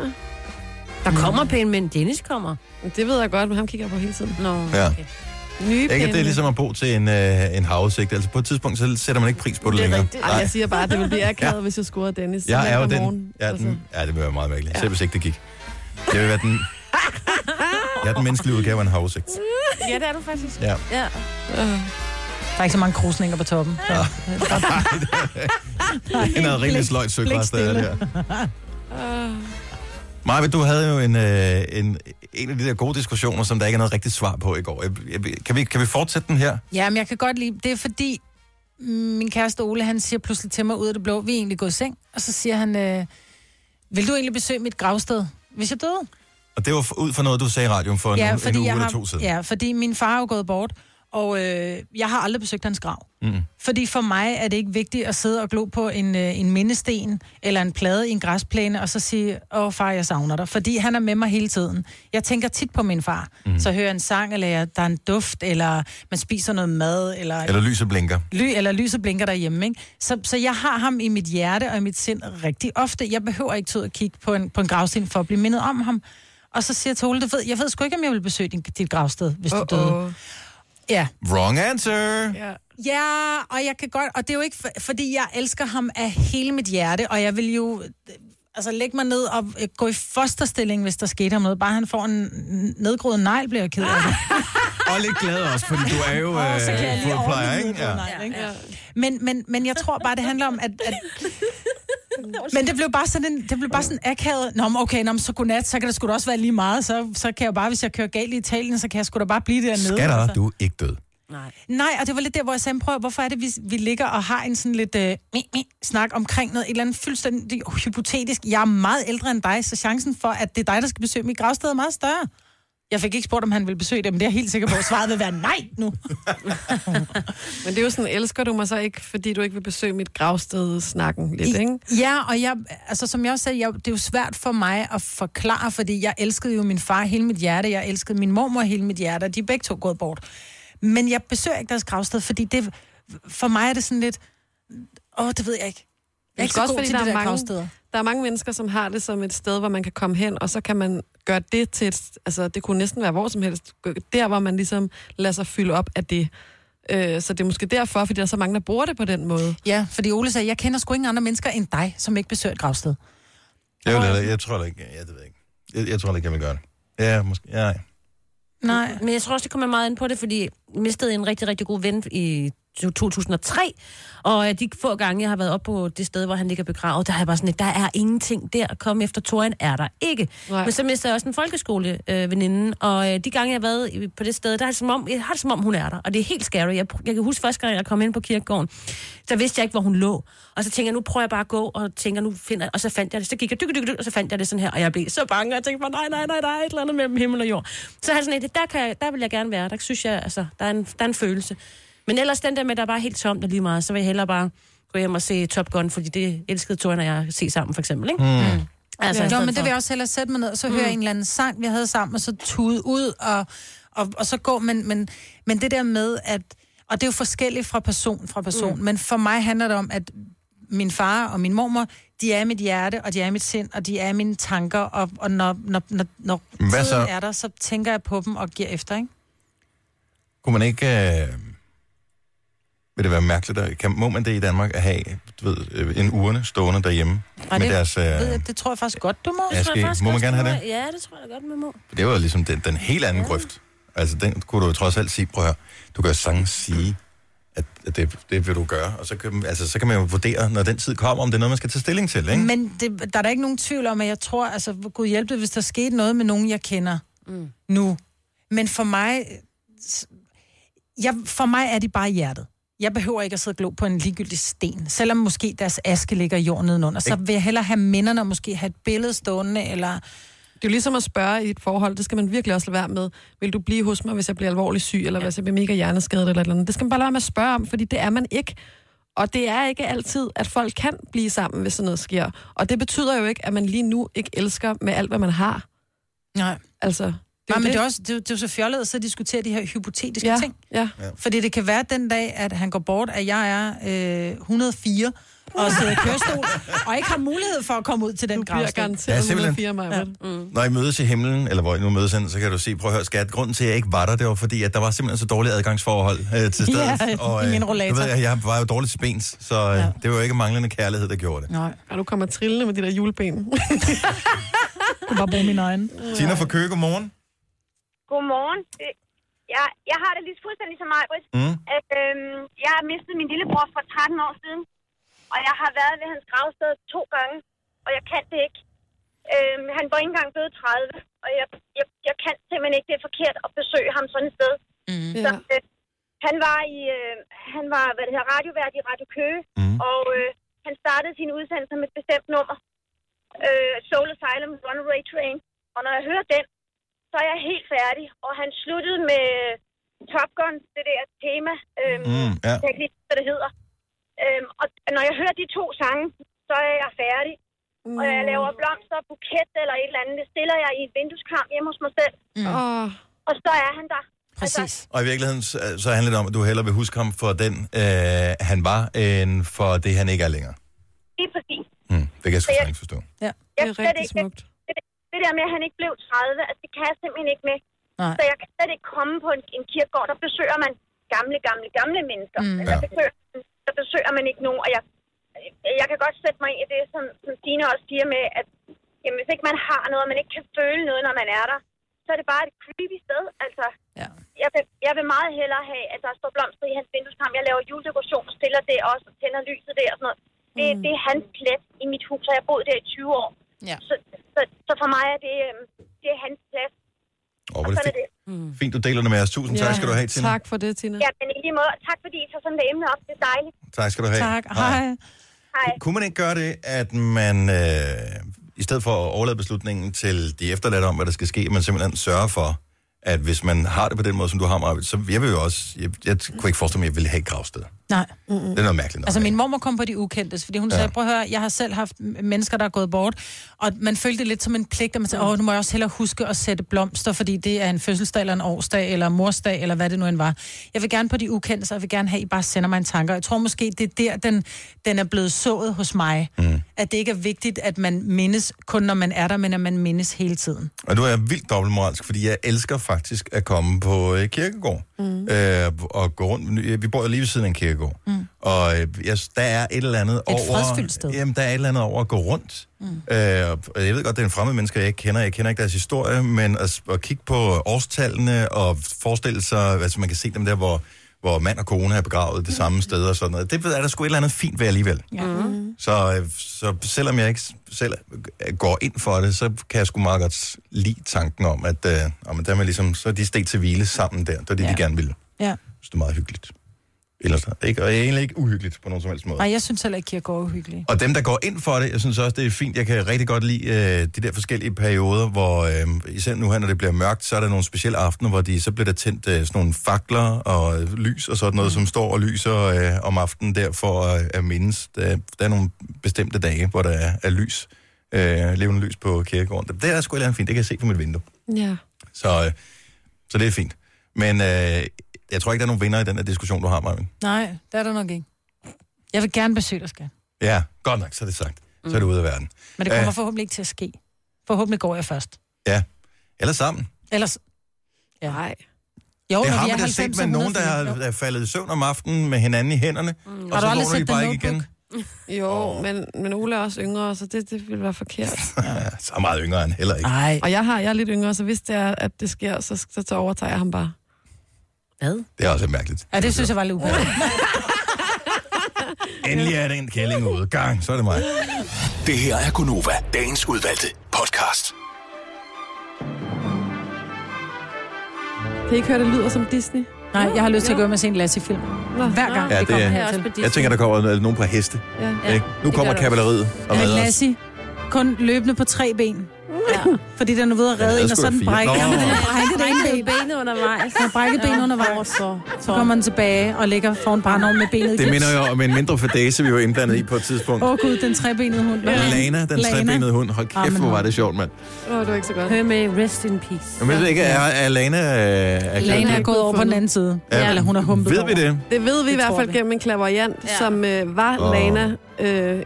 D: Der kommer pæne mænd. Dennis kommer.
B: Det ved jeg godt, men ham kigger jeg på hele tiden.
D: Nå.
A: Ja.
B: Nye
A: Ikke, at det er
B: pæne
A: ligesom at bo til en, øh, en havudsigt. Altså, på et tidspunkt, så sætter man ikke pris på det,
B: Det er
A: længere.
B: rigtigt. Ej, jeg siger bare, at det ville blive akavet, hvis jeg scorede Dennis.
A: jeg er jo
B: Mandag
A: den,
B: morgen.
A: jeg er
C: altså.
A: den, ja, det vil være meget mærkeligt. Selv hvis ikke det gik. Jeg vil være den... Jeg er den menneskelige udgave af en havudsigt.
D: Ja, det er du faktisk.
A: Ja.
D: ja.
C: Der er ikke så mange krusninger på toppen. Ja.
A: Det er en rimelig sløjt søgræs, der er der.
C: Øh.
A: Maja, du havde jo en, øh, en, en af de der gode diskussioner, som der ikke er noget rigtigt svar på i går. Jeg, jeg, kan, vi, kan vi fortsætte den her?
C: Ja, men jeg kan godt lide, det er fordi, mm, min kæreste Ole, han siger pludselig til mig ud af det blå, vi er egentlig gået i seng, og så siger han, øh, vil du egentlig besøge mit gravsted, hvis jeg døde?
A: Og det var f- ud fra noget, du sagde i radioen for ja, en, en uge
C: jeg
A: eller
C: har,
A: to siden.
C: ja, fordi min far er jo gået bort, og øh, jeg har aldrig besøgt hans grav.
A: Mm.
C: Fordi for mig er det ikke vigtigt at sidde og glo på en, øh, en mindesten eller en plade i en græsplæne, og så sige, åh far, jeg savner dig. Fordi han er med mig hele tiden. Jeg tænker tit på min far. Mm. Så hører jeg en sang, eller jeg, der er en duft, eller man spiser noget mad, eller...
A: Eller lyset blinker.
C: Ly, eller lyset blinker derhjemme, ikke? Så, så jeg har ham i mit hjerte og i mit sind rigtig ofte. Jeg behøver ikke tid at kigge på en, på en gravsten for at blive mindet om ham. Og så siger Tole, du ved, jeg ved sgu ikke, om jeg vil besøge din, dit gravsted, hvis uh-oh. du døde. Ja.
A: Wrong answer!
B: Altså, Ja.
C: Ja, og jeg kan godt, og det er jo ikke, for, fordi jeg elsker ham af hele mit hjerte, og jeg vil jo øh, altså lægge mig ned og øh, gå i fosterstilling, hvis der skete ham noget. Bare han får en n- nedgroet negl, bliver jeg ked af det.
A: Og lidt glad også, fordi du er jo
C: Åh, så kan jeg
A: øh,
C: lige
A: fodplejer,
C: ordne
A: ikke? Ja.
C: Nej, ikke? Men, men, men jeg tror bare, det handler om, at... at men det blev bare sådan, en, det blev bare sådan akavet. Nå, men okay, nå, men så godnat, så kan det sgu da også være lige meget. Så, så kan jeg jo bare, hvis jeg kører galt i Italien, så kan jeg sgu da bare blive dernede.
A: Skatter,
C: altså.
A: du er ikke død.
C: Nej, og det var lidt der, hvor jeg sagde, prøv, at- hvorfor er det, vi, vi ligger og har en sådan lidt øh, mi, mi, snak omkring noget, et eller andet fuldstændig uh, hypotetisk. Jeg er meget ældre end dig, så chancen for, at det er dig, der skal besøge mit gravsted, er meget større. Jeg fik ikke spurgt, om han ville besøge det, men det er jeg helt sikker på, at svaret vil være nej nu.
B: Men det er jo sådan, elsker du mig så ikke, fordi du ikke vil besøge mit gravsted snakken lidt, ikke?
C: Ja, og jeg, altså, som jeg også sagde, jeg, det er jo svært for mig at forklare, fordi jeg elskede jo min far hele mit hjerte, jeg elskede min mormor hele mit hjerte, og de er begge to gået bort. Men jeg besøger ikke deres gravsted, fordi det, for mig er det sådan lidt, åh, det ved jeg ikke. Jeg er ikke så god til det der gravsteder.
B: der er mange mennesker, som har det som et sted, hvor man kan komme hen, og så kan man gøre det til et, altså det kunne næsten være hvor som helst, der hvor man ligesom lader sig fylde op af det. Øh, så det er måske derfor, fordi der er så mange, der bruger det på den måde.
C: Ja, fordi Ole sagde, jeg kender sgu ingen andre mennesker end dig, som ikke besøger et gravsted.
A: Jeg, vil, jeg, jeg tror da ikke, jeg, det ved jeg ikke. Jeg, jeg tror da ikke, jeg vil gøre det. Ja, måske. Ja, nej.
C: Nej.
D: Men jeg tror også, det kommer meget ind på det, fordi jeg mistede en rigtig, rigtig god ven i 2003, og øh, de få gange, jeg har været op på det sted, hvor han ligger begravet, der har jeg bare sådan lidt, der er ingenting der, kom efter Toren, er der ikke.
B: Nej.
D: Men så mistede jeg også en folkeskoleveninde, øh, veninde, og øh, de gange, jeg har været i- på det sted, der er det som om, jeg har det som om, hun er der, og det er helt scary. Jeg, jeg kan huske første gang, jeg kom ind på kirkegården, der vidste jeg ikke, hvor hun lå, og så tænker jeg, nu prøver jeg bare at gå, og tænker, nu finder jeg, og så fandt jeg det, så gik jeg, dyk, dyk, dyk, og så fandt jeg det sådan her, og jeg blev så bange, og jeg tænkte bare, nej, nej, nej, der er et eller andet mellem himmel og jord. Så har jeg sådan et, der, kan, jeg- der vil jeg gerne være, der synes jeg, altså, der er en, der er en følelse. Men ellers den der med, der er bare helt tomt og lige meget, så vil jeg hellere bare gå hjem og se Top Gun, fordi det elskede Toren og jeg at se sammen, for eksempel, ikke?
C: Mm.
D: Altså,
C: Altså,
D: i
C: jo,
D: stedet
C: men det
D: for-
C: vil jeg også hellere sætte mig ned, og så mm. høre en eller anden sang, vi havde sammen, og så tude ud, og, og, og så gå. Men, men, men det der med, at... Og det er jo forskelligt fra person fra person,
L: Mm.
C: mm. men for mig handler det om, at min far og min mormor, de er i mit hjerte, og de er i mit sind, og de er i mine tanker, og, og når, når, når, når
A: Men hvad
C: tiden
A: så?
C: er der, så tænker jeg på dem og giver efter, ikke?
A: Kunne man ikke... Øh... vil det være mærkeligt, at, kan, må man det i Danmark at have du ved, øh, en urne stående derhjemme
C: Ej,
A: med
C: det,
A: deres... Øh,
C: ved jeg, det tror jeg faktisk godt, du må.
A: Ja, skal- må man gerne have det?
D: Ja, det tror jeg godt, man må.
A: det var ligesom den, den helt anden ja. grøft. Altså, den kunne du jo trods alt sige, prøv at høre, du kan jo sagtens sige, at, at det, det vil du gøre, og så kan, altså, så kan man jo vurdere, når den tid kommer, om det er noget, man skal tage stilling til, ikke?
C: Men det, der er da ikke nogen tvivl om, at jeg tror, altså, Gud hjælpe det, hvis der skete noget med nogen, jeg kender mm. nu. Men for mig, s- jeg, for mig er de bare i hjertet. Jeg behøver ikke at sidde og glo på en ligegyldig sten. Selvom måske deres aske ligger i jorden nedenunder, så
B: Ikke?
C: vil jeg hellere have minderne og måske have et billede stående, eller...
B: Det er jo ligesom at spørge i et forhold, det skal man virkelig også lade være med. Vil du blive hos mig, hvis jeg bliver alvorligt syg, eller hvis jeg bliver mega hjerneskadet eller et eller andet? Det skal man bare lade være med at spørge om, fordi det er man ikke. Og det er ikke altid, at folk kan blive sammen, hvis sådan noget sker. Og det betyder jo ikke, at man lige nu ikke elsker med alt, hvad man har.
C: Nej.
B: Altså, det
C: Det Nej, men det er, også, det, er, jo- det er jo så fjollet at sidde og diskutere de her hypotetiske
B: Ja,
C: ting.
B: Ja.
C: Fordi det kan være den dag, at han går bort, at jeg er øh, 104 og sidder i kørestol, og ikke har mulighed for at komme ud til den
B: bliver
C: gravsten.
B: garanteret Ja, simpelthen. 104, Maja.
C: Mm.
A: Når I mødes i himlen, eller hvor I nu mødes hen, så kan du sige, prøv at høre, skat, grunden til, at jeg ikke var der, det var fordi, at der var simpelthen så dårlige adgangsforhold øh, til stedet. øh,
B: Ja, i min rollator.
A: du ved, jeg, jeg var jo dårlig til bens, så øh, ja. det var jo ikke manglende kærlighed, der gjorde det.
C: Nej.
B: Og du kommer trillende med de der
C: Mm.
B: juleben.
C: du bare bruge min egen.
A: Tina fra Køge, godmorgen.
O: Godmorgen. Det- Jeg, jeg har det lige fuldstændig som mig, Britt.
A: Mm.
O: At, øhm, jeg har mistet min lillebror for 13 år siden, og jeg har været ved hans gravsted to gange, og jeg kan det ikke. Øhm, han var ikke engang blevet 30, og jeg, jeg, jeg kan simpelthen ikke. Det er forkert at besøge ham sådan et sted.
G: Mm.
O: Så, øh, han var i øh, han var, hvad det hedder, radiovært i Radio Køge, mm. og øh, han startede sin udsendelse med et bestemt nummer. Øh, Soul Asylum Runaway Train. Og når jeg hører den, så er jeg helt færdig. Og han sluttede med Top Gun, det der tema, øhm,
A: Mhm,
G: Mm, ja.
O: jeg kan ikke lide, hvad det hedder. Øhm, og når jeg hører de to sange, så er jeg færdig. Mm. Og jeg laver blomster, buket eller et eller andet. Det stiller jeg i et vindueskram hjemme hos mig selv.
B: Mm.
O: Og så er han der. Præcis. Altså,
A: Og i virkeligheden, så, øh, så handler det om, at du hellere vil huske ham for den, øh, han var, end for det, han ikke er længere.
O: lige præcis.
A: Mm, det kan jeg sgu
O: Så jeg-
A: slet ikke forstå.
C: Ja.
O: Jeg det er rigtig ikke, smukt. Det, det der med, at han ikke blev 30, altså, det kan jeg simpelthen ikke med.
C: Nej.
O: Så jeg kan slet ikke komme på en, en kirkegård, der besøger man gamle, gamle, gamle mennesker.
C: Mm.
O: Mm. Altså, der, besøger, der besøger man ikke nogen, og jeg, jeg kan godt sætte mig ind i det, som, som Stine også siger med, at jamen, hvis ikke man har noget, og man ikke kan føle noget, når man er der, så er det bare et creepy sted. Altså,
C: ja.
O: jeg, vil, jeg vil meget hellere have, at der står blomster i hans vindueskram. Jeg laver juledekoration, stiller det også, og tænder lyset der og sådan noget. Det, mm. det er hans plads i mit hus, og jeg har boet der i 20 år.
C: Ja.
O: Så, så, så for mig er det, øhm, det er hans plads.
A: Åh,
O: og
A: hvor er det
O: sådan er det.
A: fint. fint, du deler det med os. Tusind ja. tak skal du have, Tina.
B: for det, Tina.
O: Ja, men i lige måde. Tak fordi I tager sådan et emne op. Det er dejligt.
A: tak skal du have.
O: Hej.
A: Kunne man ikke gøre det, at man øh, i stedet for at overlade beslutningen til de efterladte om, hvad der skal ske, man simpelthen sørger for, at hvis man har det på den måde, som du har, Marvind, så jeg vil jo også, jeg, jeg kunne ikke forestille mig, at jeg ville have et gravsted.
C: Nej.
A: Det er noget mærkeligt noget.
C: Altså, min mormor kom på de ukendte, fordi hun
A: Ja.
C: ja. sagde, prøv at høre, jeg har selv haft m- mennesker, der er gået bort, og man følte det lidt som en pligt, at man sagde, åh, nu må jeg også hellere huske at sætte blomster, fordi det er en fødselsdag, eller en årsdag, eller morsdag, eller hvad det nu end var. Jeg vil gerne på de ukendte, så jeg vil gerne have, at I bare sender mig en tanke, og jeg tror måske, det er der, den, den er blevet sået hos mig, mm. at det ikke er vigtigt, at man mindes kun, når man er der, men at man mindes hele tiden.
A: Og nu er jeg vildt dobbeltmoralsk, fordi jeg elsker faktisk at komme på øh, kirkegård. Mm. Øh, og gå rundt. Vi bor jo lige ved siden af en kirkegård. Mm. Og øh, jeg, der er et eller andet
C: Et
A: over...
C: fredsfyldt sted.
A: Jamen, der er et eller andet over at gå rundt. Mm. Øh, og jeg ved godt, det er en fremmed menneske, jeg ikke kender. Jeg kender ikke deres historie, men at, s- at kigge på årstallene og forestille sig, altså man kan se dem der, hvor, hvor mand og kone er begravet det samme sted og sådan noget. Det ved jeg, der er sgu et eller andet fint ved alligevel.
C: Ja. Mm.
A: Så, øh, så selvom jeg ikke s- selv øh, går ind for det, så kan jeg sgu meget godt s- lide tanken om, at øh, om, der er man ligesom, så er de steg til hvile sammen der. Det er det, ja. de gerne ville.
C: Ja.
A: Så det er meget hyggeligt. Ellers er det ikke, og det er egentlig ikke uhyggeligt på nogen som helst måde.
C: Nej, jeg synes heller ikke, Kierkegaard er uhyggelig.
A: Og dem, der går ind for det, jeg synes også, det er fint. Jeg kan rigtig godt lide øh, de der forskellige perioder, hvor øh, især nu her, når det bliver mørkt, så er der nogle specielle aftener, hvor de, så bliver der tændt øh, sådan nogle fakler og øh, lys og sådan noget, som står og lyser øh, om aftenen der for øh, at mindes. Der, der er nogle bestemte dage, hvor der er, er lys, øh, levende lys på kirkegården. Det er sgu et eller andet fint, det kan jeg se fra mit vindue.
B: Ja.
A: Så, øh, så det er fint. Men øh, jeg tror ikke, der er nogen vinder i den her diskussion, du har, Marvin.
C: Nej, det er der nok ikke. Jeg vil gerne besøge dig, skal.
A: Ja, godt nok, så er det sagt. Så er det ude af verden.
C: Men det kommer
A: Øh,
C: forhåbentlig ikke til at ske. Forhåbentlig går jeg først.
A: Ja, eller sammen.
C: Ellers...
B: Ja. Nej.
C: Jo,
A: det
C: når
A: har
C: de er
A: man da set
C: 90,
A: med nogen, der
C: jo.
A: er, er faldet i søvn om aftenen med hinanden i hænderne, mm. og så
B: aldrig
A: vågner de
B: set
A: bare
B: The
A: ikke igen.
B: Jo, oh. men, men Ole er også yngre, så det, det ville være forkert.
A: Ja, så meget yngre er han heller ikke.
C: Ej.
B: Og jeg, har, jeg er lidt yngre, så hvis det er, at det sker, så, så, så overtager jeg ham bare.
D: Hvad?
A: Det er også mærkeligt.
C: Ja, det synes jeg var lidt ubehageligt.
A: Endelig er der en kælling ude. Gang, så er det mig.
E: Det her er Gunova, dagens udvalgte podcast.
B: Kan I ikke høre, det lyder som Disney?
C: Nej, jeg har lyst til at gå med og se en Lassie-film. Hver gang
A: Ja, det
C: det kommer
A: er,
C: hertil.
A: jeg tænker, der kommer nogen på heste.
C: Ja.
A: Ikke? Nu
C: Det
A: kommer
C: gør der også.
A: kavaleriet og
C: Ja,
A: redder os.
C: Lassie. Kun løbende på tre ben. Ja. Fordi den er ved at
A: Den
C: redde
A: havde
C: en,
A: sgu
C: og så
A: da
C: den
A: fire.
C: brækket.
A: Nå.
C: Jamen, den har brækket det ene ben.
D: Brækket benet undervejs.
C: Den har brækket ben undervejs. Så, så kommer den tilbage og ligger foran brændeovnen med benet i
A: Det
C: gips.
A: minder jo om en mindre fadæse, vi var indblandet i på et tidspunkt.
C: Åh oh, gud, den trebenede hund. Hvad var det?
A: Lana, den trebenede hund. Hold kæft,
C: Amen,
A: hvor var
C: hund.
A: det sjovt, mand.
B: Åh, oh, det var ikke så godt.
D: Hør med rest in peace.
A: Jeg ved ikke, er, er Lana... øh, Er
C: Lana er gået over på den anden side.
A: Ja.
C: Ja. Eller hun er humpet
A: Ved vi
C: over.
A: det?
B: Det ved vi
C: Det
B: i hvert
C: tror
B: fald
C: vi.
B: gennem en klaveriant, ja. som øh, var
A: Åh.
B: oh. Lana. Øh,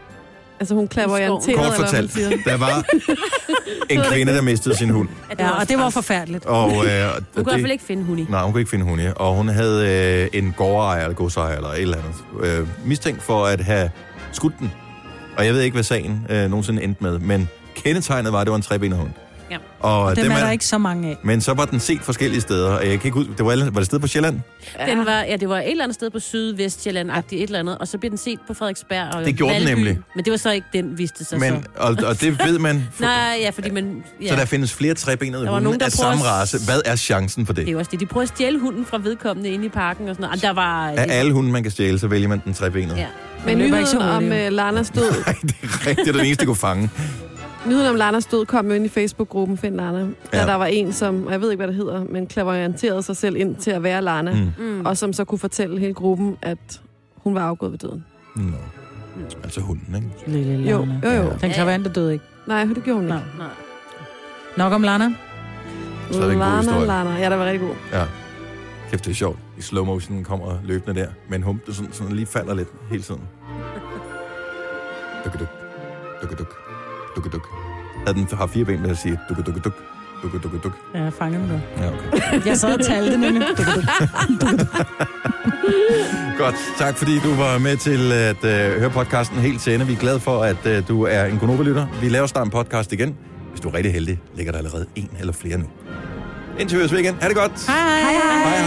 B: altså, hun klaverianterede,
A: Kort
B: eller hvad man
A: fortalt,
B: siger.
A: der var en kvinde, der mistede sin hund.
C: Ja, og det var forfærdeligt.
A: Og, øh, og
D: Hun kunne i hvert
A: det,
D: fald ikke finde hun i.
A: Nej, hun kunne ikke finde hunde, ja. og hun havde øh, en gårdejer eller godsejer eller et eller andet øh, mistænkt for at have skudt den. Og jeg ved ikke, hvad sagen øh, nogensinde endte med, men kendetegnet var, at det var en trebenet hund.
D: Ja.
A: Og
C: Dem er der ikke så mange af.
A: Men så var den set forskellige steder, og jeg kan ikke ud... Det var, alle- var det et sted på Sjælland?
D: Den var, ja, det var et eller andet sted på sydvestjylland agtigt et eller andet, og så blev den set på Frederiksberg. Og
A: Det gjorde den
D: Valby.
A: nemlig.
D: Men det var så ikke den, viste det sig
A: Men,
D: så.
A: og, og det ved man,
D: Nej, ja, fordi man... Ja.
A: så der findes flere trebenede
D: Der var nogen,
A: hunde
D: der
A: af
D: prøver at
A: samme race. Hvad er chancen for det?
D: Det er jo også det. De prøver at stjæle hunden fra vedkommende inde i parken og sådan noget. Og der var...
A: Af alle hunde, man kan stjæle, så vælger man den trebenede.
D: Ja.
B: Men
D: løber ikke så
B: nyheden om
D: hurtigt.
B: øh, Lanas død,
A: Rigtig, det er den eneste, jeg kunne fange.
B: nyheden om Lanas død kom jo ind i Facebook-gruppen Find Lana. Da
A: Ja.
B: der var en, som, og jeg ved ikke, hvad det hedder, men klaverianterede sig selv ind til at være Lana.
A: Mm.
B: Mm. Og som så kunne fortælle hele gruppen, at hun var afgået ved døden.
D: Mm.
A: Nå. Altså hunden, ikke?
C: Lille Lana.
B: Jo, jo, jo.
C: Den klaverante døde ikke.
B: Nej, det gjorde hun ikke.
D: Nej.
C: Nok om Lana.
A: Så er det en god
B: Lana,
A: historie.
B: Lana. Ja, det var rigtig god.
A: Ja. Kæft, det er sjovt. I slow motion kommer løbende der, men hump, det sådan, sådan lige falder lidt hele tiden. Duk-duk. Duk-duk. Duk-duk. Havde den har fire ben, der siger duk-duk-duk. Duk-duk-duk.
C: Ja, jeg fangede den nu.
A: Ja, okay.
C: Jeg sad og talte nemlig.
A: Godt. Tak fordi du var med til at øh, høre podcasten helt til ende. Vi er glade for, at øh, du er en konoba Vi laver snart en podcast igen. Hvis du er rigtig heldig, ligger der allerede en eller flere nu. Indtil vi høres ved igen. Ha' det godt.
C: Hej, hej.
A: hej.